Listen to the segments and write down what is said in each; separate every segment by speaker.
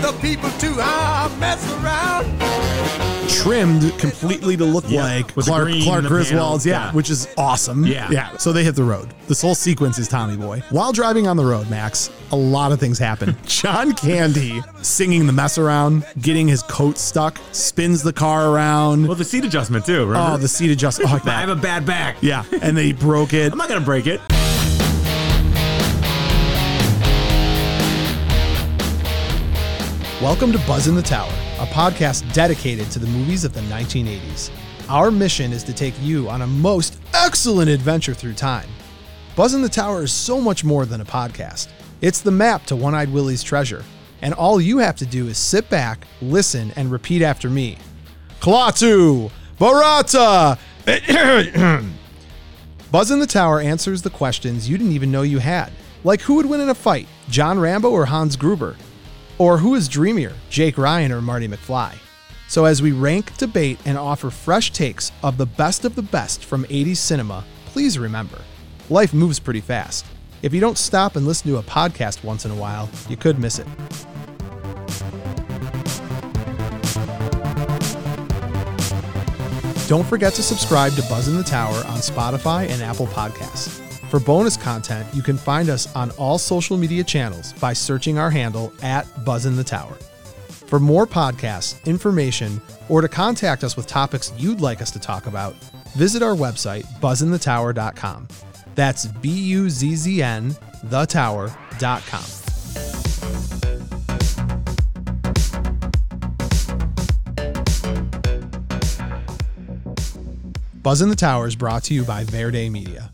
Speaker 1: Ah, people too. I mess around.
Speaker 2: trimmed completely to look
Speaker 3: Yeah,
Speaker 2: like
Speaker 3: with the
Speaker 2: Clark,
Speaker 3: green,
Speaker 2: Clark
Speaker 3: the
Speaker 2: Griswold's.
Speaker 3: panels,
Speaker 2: Yeah,
Speaker 3: yeah.
Speaker 2: which is awesome.
Speaker 3: Yeah.
Speaker 2: yeah. So they hit the road. This whole sequence is Tommy Boy. While driving on the road, Max, a lot of things happen. John Candy singing the mess around, getting his coat stuck, spins the car around.
Speaker 3: Well, the seat adjustment too. Remember?
Speaker 2: oh, the seat adjustment. Oh, like
Speaker 3: I have
Speaker 2: that.
Speaker 3: a bad back.
Speaker 2: Yeah, and they broke it.
Speaker 3: I'm not gonna break it.
Speaker 2: Welcome to Buzz in the Tower, a podcast dedicated to the movies of the 1980s. Our mission is to take you on a most excellent adventure through time. Buzz in the Tower is so much more than a podcast. It's the map to One Eyed Willie's treasure. And all you have to do is sit back, listen, and repeat after me Klaatu! Barata! Buzz in the Tower answers the questions you didn't even know you had. Like who would win in a fight, John Rambo or Hans Gruber? Or who is dreamier, Jake Ryan or Marty McFly? So as we rank, debate, and offer fresh takes of the best of the best from 80s cinema, please remember, life moves pretty fast. If you don't stop and listen to a podcast once in a while, you could miss it. Don't forget to subscribe to Buzz in the Tower on Spotify and Apple Podcasts. For bonus content, you can find us on all social media channels by searching our handle at Buzz in the Tower. For more podcasts, information, or to contact us with topics you'd like us to talk about, visit our website, buzzinthetower.com. That's B U Z Z N, thetower.com. Buzz in the Tower is brought to you by Verde Media.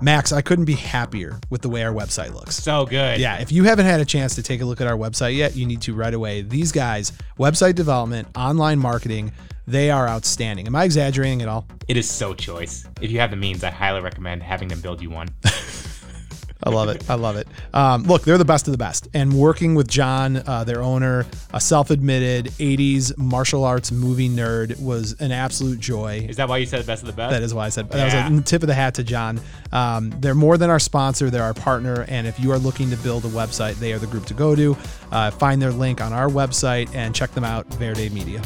Speaker 2: Max, I couldn't be happier with the way our website looks.
Speaker 4: So good.
Speaker 2: Yeah, if you haven't had a chance to take a look at our website yet, you need to right away. These guys, website development, online marketing, they are outstanding. Am I exaggerating at all?
Speaker 4: It is so choice. If you have the means, I highly recommend having them build you one.
Speaker 2: I love it. I love it. Um, look, they're the best of the best. And working with John, uh, their owner, a self admitted 80s martial arts movie nerd, was an absolute joy.
Speaker 4: Is that why you said the best of the best?
Speaker 2: That is why I said that was
Speaker 4: Yeah.
Speaker 2: a tip of the hat to John. Um, they're more than our sponsor; they're our partner. And if you are looking to build a website, they are the group to go to. Uh, find their link on our website and check them out. Verde Media.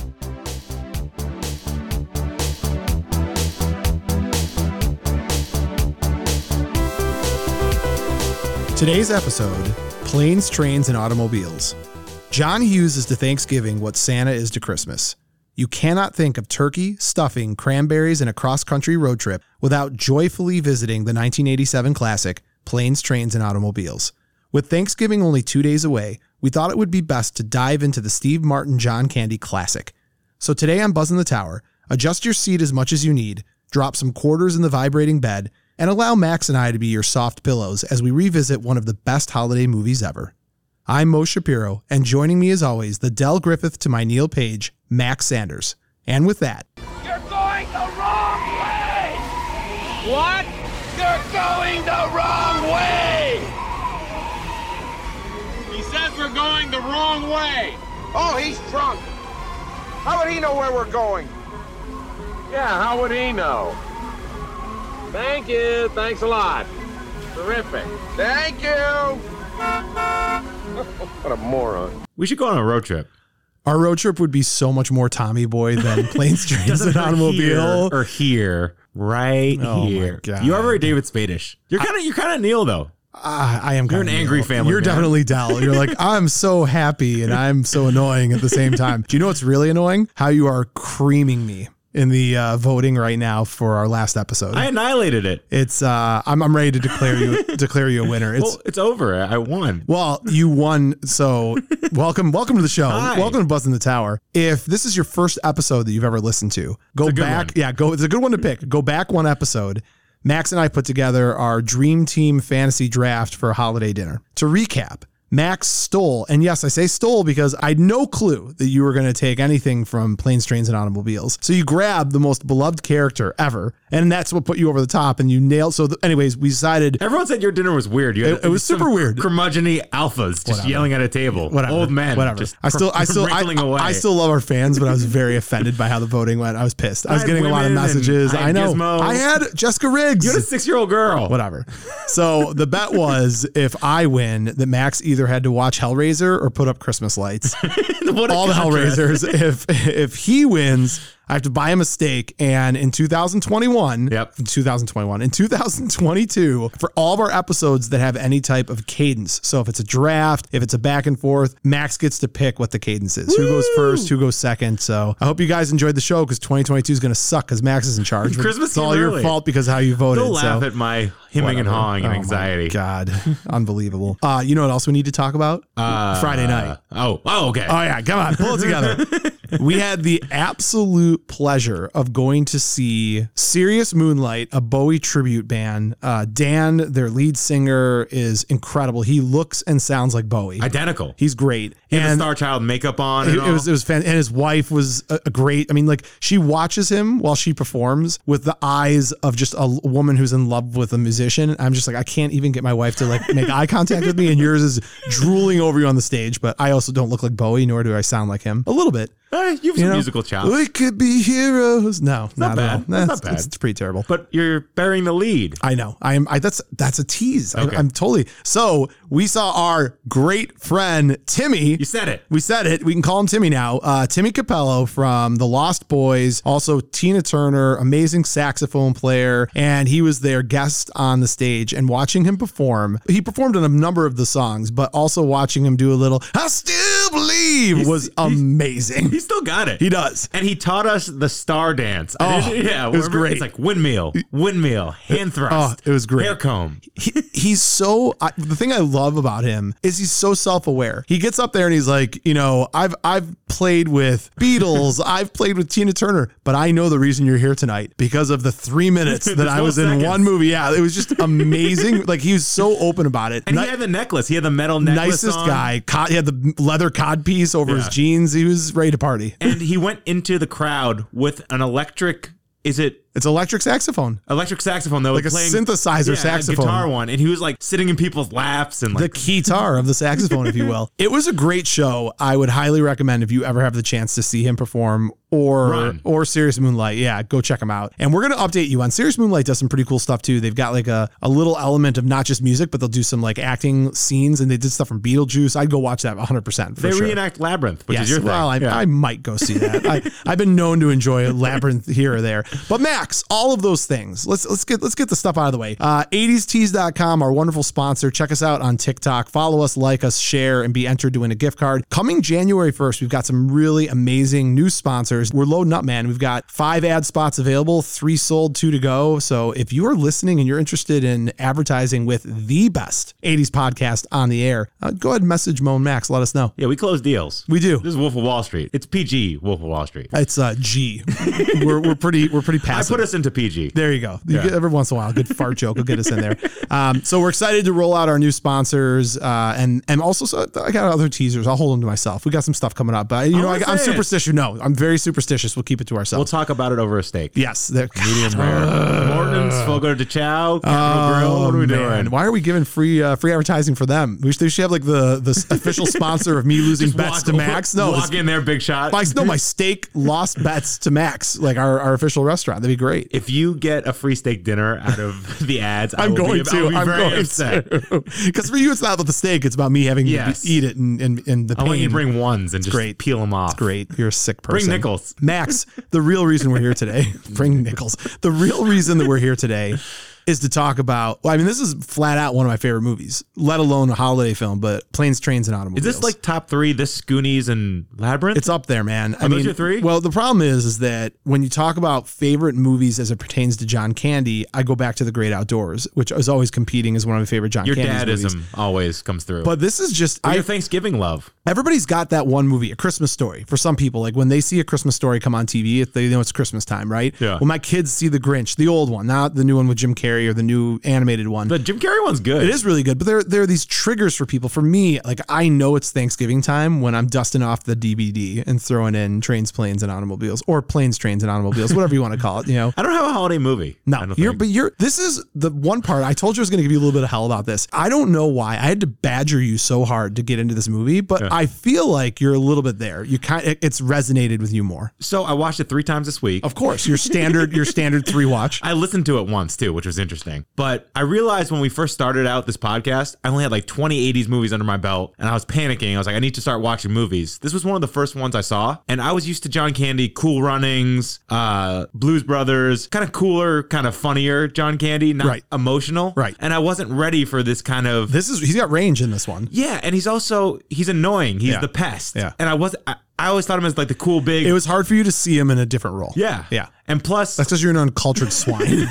Speaker 2: Today's episode: Planes, Trains, and Automobiles. John Hughes is to Thanksgiving what Santa is to Christmas. You cannot think of turkey, stuffing, cranberries, and a cross country road trip without joyfully visiting the 1987 classic, Planes, Trains, and Automobiles. With Thanksgiving only two days away, we thought it would be best to dive into the Steve Martin John Candy classic. So today on Buzz in the Tower, adjust your seat as much as you need, drop some quarters in the vibrating bed, and allow Max and I to be your soft pillows as we revisit one of the best holiday movies ever. I'm Mo Shapiro, and joining me as always, the Dell Griffith to my Neil Page, Max Sanders. And with that,
Speaker 5: You're going the wrong way! What? You're going the wrong way! He says we're going the wrong way!
Speaker 6: Oh, he's drunk. How would he know where we're going?
Speaker 5: Yeah, how would he know? Thank you, thanks a lot. Terrific.
Speaker 6: Thank you. what a moron.
Speaker 3: We should go on a road trip.
Speaker 2: our road trip would be so much more Tommy Boy than planes, trains,
Speaker 3: Doesn't
Speaker 2: and
Speaker 3: hurt
Speaker 2: automobile.
Speaker 3: here or here, right
Speaker 2: Oh my
Speaker 3: here.
Speaker 2: God.
Speaker 3: You are very David Spadish. You're kind of you're kind of Neil though.
Speaker 2: Ah, I am.
Speaker 3: You're an
Speaker 2: kinda
Speaker 3: angry
Speaker 2: Neil.
Speaker 3: family
Speaker 2: You're
Speaker 3: man.
Speaker 2: definitely Dell. You're like I'm so happy and I'm so annoying at the same time. Do you know what's really annoying? How you are creaming me in the uh, voting right now for our last episode.
Speaker 3: I annihilated it.
Speaker 2: it's uh, I'm I'm ready to declare you declare you a winner. It's
Speaker 3: well, it's over. I I won.
Speaker 2: Well, you won. So welcome, welcome to the show.
Speaker 3: Hi.
Speaker 2: Welcome to Buzz in the Tower. If this is your first episode that you've ever listened to, go
Speaker 3: a good
Speaker 2: back.
Speaker 3: one.
Speaker 2: Yeah, go. It's a good one to pick. Go back one episode. Max and I put together our dream team fantasy draft for a holiday dinner. To recap, Max stole, and yes, I say stole because I had no clue that you were going to take anything from planes, trains, and automobiles. So you grabbed the most beloved character ever, and that's what put you over the top, and you nailed. So, th- anyways, we decided
Speaker 3: Everyone said your dinner was weird. You had
Speaker 2: It- it was
Speaker 3: some
Speaker 2: super weird.
Speaker 3: Curmudgeony alphas just yelling at a table.
Speaker 2: whatever.
Speaker 3: Old men.
Speaker 2: Whatever.
Speaker 3: Just
Speaker 2: I still, I still, I,
Speaker 3: wrinkling away.
Speaker 2: I still love our fans, but I was very offended by how the voting went. I was pissed. I was
Speaker 3: I had
Speaker 2: getting a lot of
Speaker 3: women and
Speaker 2: messages.
Speaker 3: I
Speaker 2: I,
Speaker 3: had
Speaker 2: know.
Speaker 3: gizmos.
Speaker 2: I had Jessica Riggs.
Speaker 3: You had a six year old girl.
Speaker 2: whatever. So the bet was if I win, that Max either had to watch Hellraiser or put up Christmas lights.
Speaker 3: What a
Speaker 2: all the
Speaker 3: contrast.
Speaker 2: Hellraisers. If if he wins, I have to buy him a steak. And in 2021,
Speaker 3: Yep.
Speaker 2: in 2021, in 2022, for all of our episodes that have any type of cadence. So if it's a draft, if it's a back and forth, Max gets to pick what the cadence is. Who goes first? Who goes second? So I hope you guys enjoyed the show because 2022 is going to suck because Max is in charge.
Speaker 3: Christmas
Speaker 2: it's all
Speaker 3: came
Speaker 2: your
Speaker 3: early.
Speaker 2: fault because of how you voted.
Speaker 3: Don't laugh
Speaker 2: so.
Speaker 3: at my hemming and hawing
Speaker 2: Oh
Speaker 3: and
Speaker 2: my
Speaker 3: anxiety.
Speaker 2: God, unbelievable. Uh, you know what else we need to talk about?
Speaker 3: Uh,
Speaker 2: Friday night.
Speaker 3: Oh, oh, okay.
Speaker 2: Oh yeah, come on, pull it together. we had the absolute pleasure of going to see Serious Moonlight, a Bowie tribute band. Uh, Dan, their lead singer, is incredible. He looks and sounds like Bowie.
Speaker 3: Identical.
Speaker 2: He's great.
Speaker 3: He had the
Speaker 2: and
Speaker 3: Star Child makeup on.
Speaker 2: it,
Speaker 3: and
Speaker 2: it was
Speaker 3: all.
Speaker 2: it was fan- and his wife was a, a great. I mean, like she watches him while she performs with the eyes of just a l- woman who's in love with a musician. I'm just like, I can't even get my wife to like make eye contact with me, and yours is drooling over you on the stage. But I also don't look like Bowie, nor do I sound like him. A little bit.
Speaker 3: Eh,
Speaker 2: you
Speaker 3: you've some
Speaker 2: know?
Speaker 3: musical chops,
Speaker 2: We could be heroes. No, not, At
Speaker 3: bad.
Speaker 2: all.
Speaker 3: It's not
Speaker 2: That's-
Speaker 3: bad.
Speaker 2: It's, it's pretty terrible.
Speaker 3: but you're bearing the lead.
Speaker 2: I know. I am. I, that's that's a tease.
Speaker 3: Okay.
Speaker 2: I, am totally. So we saw our great friend Timmy.
Speaker 3: You said it.
Speaker 2: We said it. We can call him Timmy now. Uh, Timmy Capello from The Lost Boys, also Tina Turner, amazing saxophone player, and he was their guest on the stage. And watching him perform, he performed on a number of the songs, but also watching him do a little "I Still Believe" was amazing.
Speaker 3: He still got it.
Speaker 2: He does.
Speaker 3: And he taught us the star dance.
Speaker 2: Oh,
Speaker 3: yeah,
Speaker 2: it was
Speaker 3: remember?
Speaker 2: great. oh,
Speaker 3: It's like windmill, windmill, hand thrust.
Speaker 2: it was great.
Speaker 3: Hair comb.
Speaker 2: he, he's so I, the thing I love about him is he's so self-aware. He gets up there and he's like, you know, I've I've played with Beatles, I've played with Tina Turner, but I know the reason you're here tonight because of the 3 minutes that I
Speaker 3: no
Speaker 2: was
Speaker 3: seconds.
Speaker 2: in one movie. Yeah, it was just amazing. like he was so open about it.
Speaker 3: And
Speaker 2: Ni-
Speaker 3: he had the necklace. He had the metal necklace.
Speaker 2: nicest
Speaker 3: on.
Speaker 2: guy. Cod, he had the leather cod piece over his
Speaker 3: Yeah.
Speaker 2: jeans. He was ready to party.
Speaker 3: And he went into the crowd with an electric. Is it
Speaker 2: It's electric saxophone.
Speaker 3: electric saxophone though?
Speaker 2: Like a synthesizer saxophone.
Speaker 3: guitar one. And he was like sitting in people's laps and
Speaker 2: the
Speaker 3: like
Speaker 2: guitar of the saxophone, if you will. It was a great show. I would highly recommend if you ever have the chance to see him perform or
Speaker 3: Run.
Speaker 2: or Serious Moonlight. Yeah, go check him out. And we're gonna update you on Serious Moonlight. Does some pretty cool stuff too. They've got like a a little element of not just music, but they'll do some like acting scenes, and they did stuff from Beetlejuice. I'd go watch that 100 percent for
Speaker 3: they
Speaker 2: sure.
Speaker 3: reenact labyrinth, which
Speaker 2: Yes.
Speaker 3: is your thing.
Speaker 2: Well, I,
Speaker 3: Yeah.
Speaker 2: I might go see that. I, I've been known to enjoy a labyrinth here or there. But Max, all of those things. Let's let's get let's get the stuff out of the way. Uh, 80stees.com, our wonderful sponsor. Check us out on TikTok. Follow us, like us, share, and be entered to win a gift card. Coming January 1st, we've got some really amazing new sponsors. We're loading up, man. We've got five ad spots available, three sold, two to go. So if you are listening and you're interested in advertising with the best 80s podcast on the air, uh, go ahead and message Moan Max. Let us know.
Speaker 3: yeah, we close deals.
Speaker 2: We do.
Speaker 3: This is Wolf of Wall Street. It's PG Wolf of Wall Street.
Speaker 2: It's uh, G. we're, we're pretty we're pretty
Speaker 3: I
Speaker 2: passive.
Speaker 3: put us into PG.
Speaker 2: there you go. You
Speaker 3: Yeah.
Speaker 2: get- every once in a while, a good fart joke will get us in there. Um, so we're excited to roll out our new sponsors, uh, and and also so I got other teasers. I'll hold them to myself. We got some stuff coming up, but you know I,
Speaker 3: wanna
Speaker 2: I'm
Speaker 3: say it.
Speaker 2: superstitious. No, I'm very superstitious. We'll keep it to
Speaker 3: We'll
Speaker 2: ourselves.
Speaker 3: talk about it over a steak.
Speaker 2: yes, they're
Speaker 3: Medium
Speaker 2: Uh.
Speaker 3: rare. Morton's, Fogo de Chao, Capital Grill. What are we
Speaker 2: Oh, Man,
Speaker 3: doing?
Speaker 2: Why are we giving free uh, free advertising for them? We should, they should have like the the official sponsor of me losing
Speaker 3: Just
Speaker 2: bets
Speaker 3: walk-
Speaker 2: to Max. No,
Speaker 3: walk
Speaker 2: it's-
Speaker 3: in there, big shot.
Speaker 2: my, no, my steak lost bets to Max, like our, our official restaurant. That'd be great.
Speaker 3: If you get a free steak dinner out of the ads, I
Speaker 2: I'm
Speaker 3: will be-
Speaker 2: going
Speaker 3: I will
Speaker 2: to.
Speaker 3: be
Speaker 2: I'm
Speaker 3: very
Speaker 2: going
Speaker 3: upset.
Speaker 2: Because for you, it's not about the steak. It's about me having
Speaker 3: Yes.
Speaker 2: to eat it and, and, and the
Speaker 3: I
Speaker 2: pain.
Speaker 3: want you to bring ones and just
Speaker 2: great.
Speaker 3: peel them off.
Speaker 2: Great. You're a sick person.
Speaker 3: Bring nickels.
Speaker 2: Max, the real reason we're here today, bring nickels. The real reason that we're here today is to talk about, well, I mean, this is flat out one of my favorite movies, let alone a holiday film, but Planes, Trains, and
Speaker 3: Is
Speaker 2: Automobiles.
Speaker 3: this like top three? This Goonies and Labyrinth.
Speaker 2: It's up there, man. I
Speaker 3: Are those
Speaker 2: mean,
Speaker 3: your three?
Speaker 2: Well, the problem is, is that when you talk about favorite movies as it pertains to John Candy, I go back to The Great Outdoors, which is always competing as one of my favorite John
Speaker 3: Your
Speaker 2: Candy's
Speaker 3: dadism
Speaker 2: movies.
Speaker 3: always comes through.
Speaker 2: But this is just
Speaker 3: Or
Speaker 2: I
Speaker 3: your Thanksgiving love.
Speaker 2: everybody's got that one movie, a Christmas story. For some people, like when they see a Christmas story come on TV, if they know it's Christmas time, right?
Speaker 3: Yeah.
Speaker 2: When my kids see the Grinch, the old one, not the new one with Jim Carrey or the new animated one.
Speaker 3: The Jim Carrey one's good.
Speaker 2: It is really good, but there there are these triggers for people. For me, like I know it's Thanksgiving time when I'm dusting off the DVD and throwing in trains, planes, and automobiles, or planes, trains, and automobiles, whatever you want to call it. You know,
Speaker 3: I don't have a holiday movie. I
Speaker 2: no,
Speaker 3: don't
Speaker 2: you're,
Speaker 3: think.
Speaker 2: but you're. This is the one part I told you I was going to give you a little bit of hell about this. I don't know why I had to badger you so hard to get into this movie, but I feel like you're a little bit there. You kind, it, it's resonated with you more.
Speaker 3: so I watched it three times this week.
Speaker 2: Of course, your standard, your standard three watch.
Speaker 3: I listened to it once too, which was interesting. But I realized when we first started out this podcast, I only had like 20 80s movies under my belt, and I was panicking. I was like, I need to start watching movies. This was one of the first ones I saw, and I was used to John Candy, Cool Runnings, uh, Blues Brothers, kind of cooler, kind of funnier John Candy, not
Speaker 2: Right.
Speaker 3: emotional.
Speaker 2: Right.
Speaker 3: And I wasn't ready for this kind of
Speaker 2: This is he's got range in this one.
Speaker 3: yeah, and he's also he's annoying. He's
Speaker 2: Yeah.
Speaker 3: the pest.
Speaker 2: Yeah.
Speaker 3: And I was I, I always thought him as like the cool big.
Speaker 2: It was hard for you to see him in a different role.
Speaker 3: yeah.
Speaker 2: Yeah.
Speaker 3: And plus
Speaker 2: That's because you're an uncultured swine.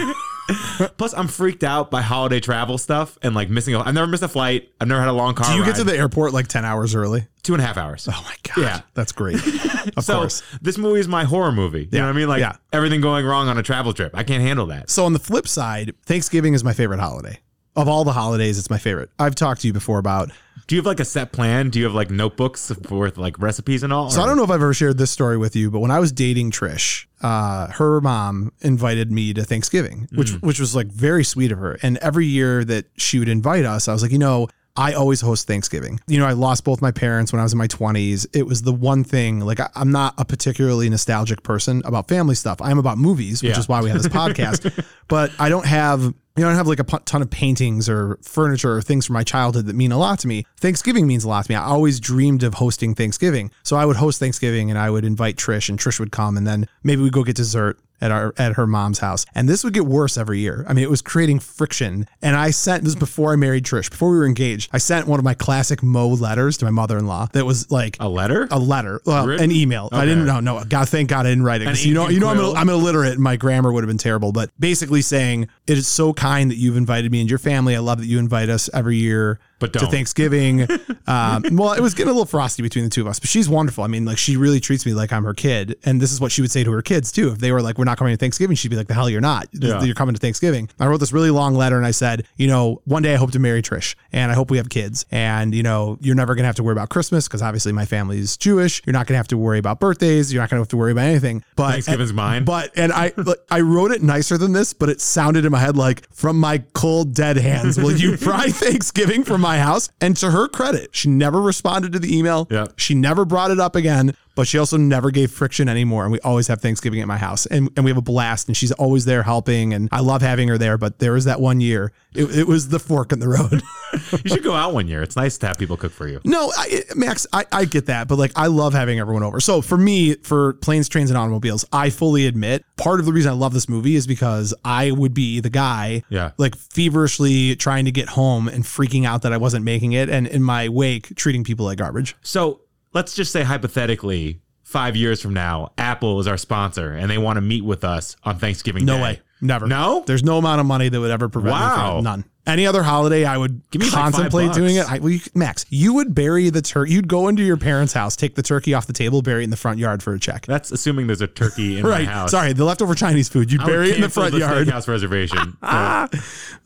Speaker 3: plus I'm freaked out by holiday travel stuff and like missing a I've never missed a flight. I've never had a long car.
Speaker 2: Do you get to
Speaker 3: ride.
Speaker 2: the airport like 10 hours early?
Speaker 3: two and a half hours?
Speaker 2: Oh my God.
Speaker 3: Yeah.
Speaker 2: That's great. Of
Speaker 3: so
Speaker 2: course.
Speaker 3: this movie is my horror movie. You
Speaker 2: Yeah.
Speaker 3: know what I mean? Like
Speaker 2: Yeah.
Speaker 3: everything going wrong on a travel trip. I can't handle that.
Speaker 2: So on the flip side, Thanksgiving is my favorite holiday. Of all the holidays, it's my favorite. I've talked to you before about
Speaker 3: Do you have like a set plan? Do you have like notebooks with like recipes and all?
Speaker 2: So I don't know if I've ever shared this story with you, but when I was dating Trish, uh, her mom invited me to Thanksgiving, which which was like very sweet of her. And every year that she would invite us, I was like, you know, I always host Thanksgiving. You know, I lost both my parents when I was in my 20s. It was the one thing, like, I, I'm not a particularly nostalgic person about family stuff. I'm about movies, which
Speaker 3: Yeah.
Speaker 2: is why we have this podcast. but I don't have. You know, I don't have like a pu- ton of paintings or furniture or things from my childhood that mean a lot to me. Thanksgiving means a lot to me. I always dreamed of hosting Thanksgiving. So I would host Thanksgiving and I would invite Trish and Trish would come and then maybe we'd go get dessert at our at her mom's house. And this would get worse every year. I mean, it was creating friction. And I sent this was before I married Trish, before we were engaged, I sent one of my classic Mo letters to my mother-in-law that was like
Speaker 3: A letter?
Speaker 2: a letter, well,
Speaker 3: Written?
Speaker 2: an email. I
Speaker 3: Okay.
Speaker 2: didn't know. No, God, thank God I didn't write it. 'cause
Speaker 3: An
Speaker 2: You know,
Speaker 3: ancient
Speaker 2: you know, I'm,
Speaker 3: quill.
Speaker 2: I'm illiterate. And my grammar would have been terrible. But basically saying it is so kind that you've invited me and your family. I love that you invite us every year,
Speaker 3: But
Speaker 2: to
Speaker 3: don't.
Speaker 2: Thanksgiving. um, well, it was getting a little frosty between the two of us, but she's wonderful. I mean, like she really treats me like I'm her kid. And this is what she would say to her kids too. If they were like, "We're not coming to Thanksgiving," she'd be like, "The hell you're not.
Speaker 3: Yeah.
Speaker 2: You're coming to Thanksgiving." I wrote this really long letter and I said, "You know, one day I hope to marry Trish, and I hope we have kids. And you know, you're never gonna have to worry about Christmas because obviously my family's Jewish. You're not gonna have to worry about birthdays. You're not gonna have to worry about anything. But
Speaker 3: Thanksgiving's mine.
Speaker 2: But and I like, I wrote it nicer than this, but it sounded in my head like from my cold dead hands. Will you pry Thanksgiving from my house? And to her credit, she never responded to the email.
Speaker 3: Yeah.
Speaker 2: She never brought it up again, but she also never gave friction anymore. And we always have Thanksgiving at my house and, and we have a blast and she's always there helping. And I love having her there, but there was that one year. It, it was the fork in the road.
Speaker 3: you should go out one year. It's nice to have people cook for you.
Speaker 2: No, I, Max, I, I get that, but like I love having everyone over. So for me, for planes, trains, and automobiles, I fully admit part of the reason I love this movie is because I would be the guy,
Speaker 3: Yeah.
Speaker 2: like feverishly trying to get home and freaking out that I wasn't making it, and in my wake, treating people like garbage.
Speaker 3: So let's just say hypothetically, five years from now, Apple is our sponsor and they want to meet with us on Thanksgiving
Speaker 2: No
Speaker 3: Day.
Speaker 2: way, never.
Speaker 3: No?
Speaker 2: there's no amount of money that would ever prevent me
Speaker 3: Wow.
Speaker 2: from none. Any other holiday, I would
Speaker 3: Give me, like, five
Speaker 2: contemplate doing it.
Speaker 3: bucks.
Speaker 2: I, well, you, Max, you would bury the turkey. You'd go into your parents' house, take the turkey off the table, bury it in the front yard for a check.
Speaker 3: That's assuming there's a turkey in
Speaker 2: right.
Speaker 3: my house.
Speaker 2: Sorry, the leftover Chinese food. You
Speaker 3: I would
Speaker 2: bury it in the
Speaker 3: cancel
Speaker 2: front yard.
Speaker 3: Steakhouse reservation. But,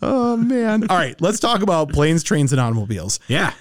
Speaker 2: Oh man. All right, let's talk about planes, trains, and automobiles.
Speaker 3: yeah.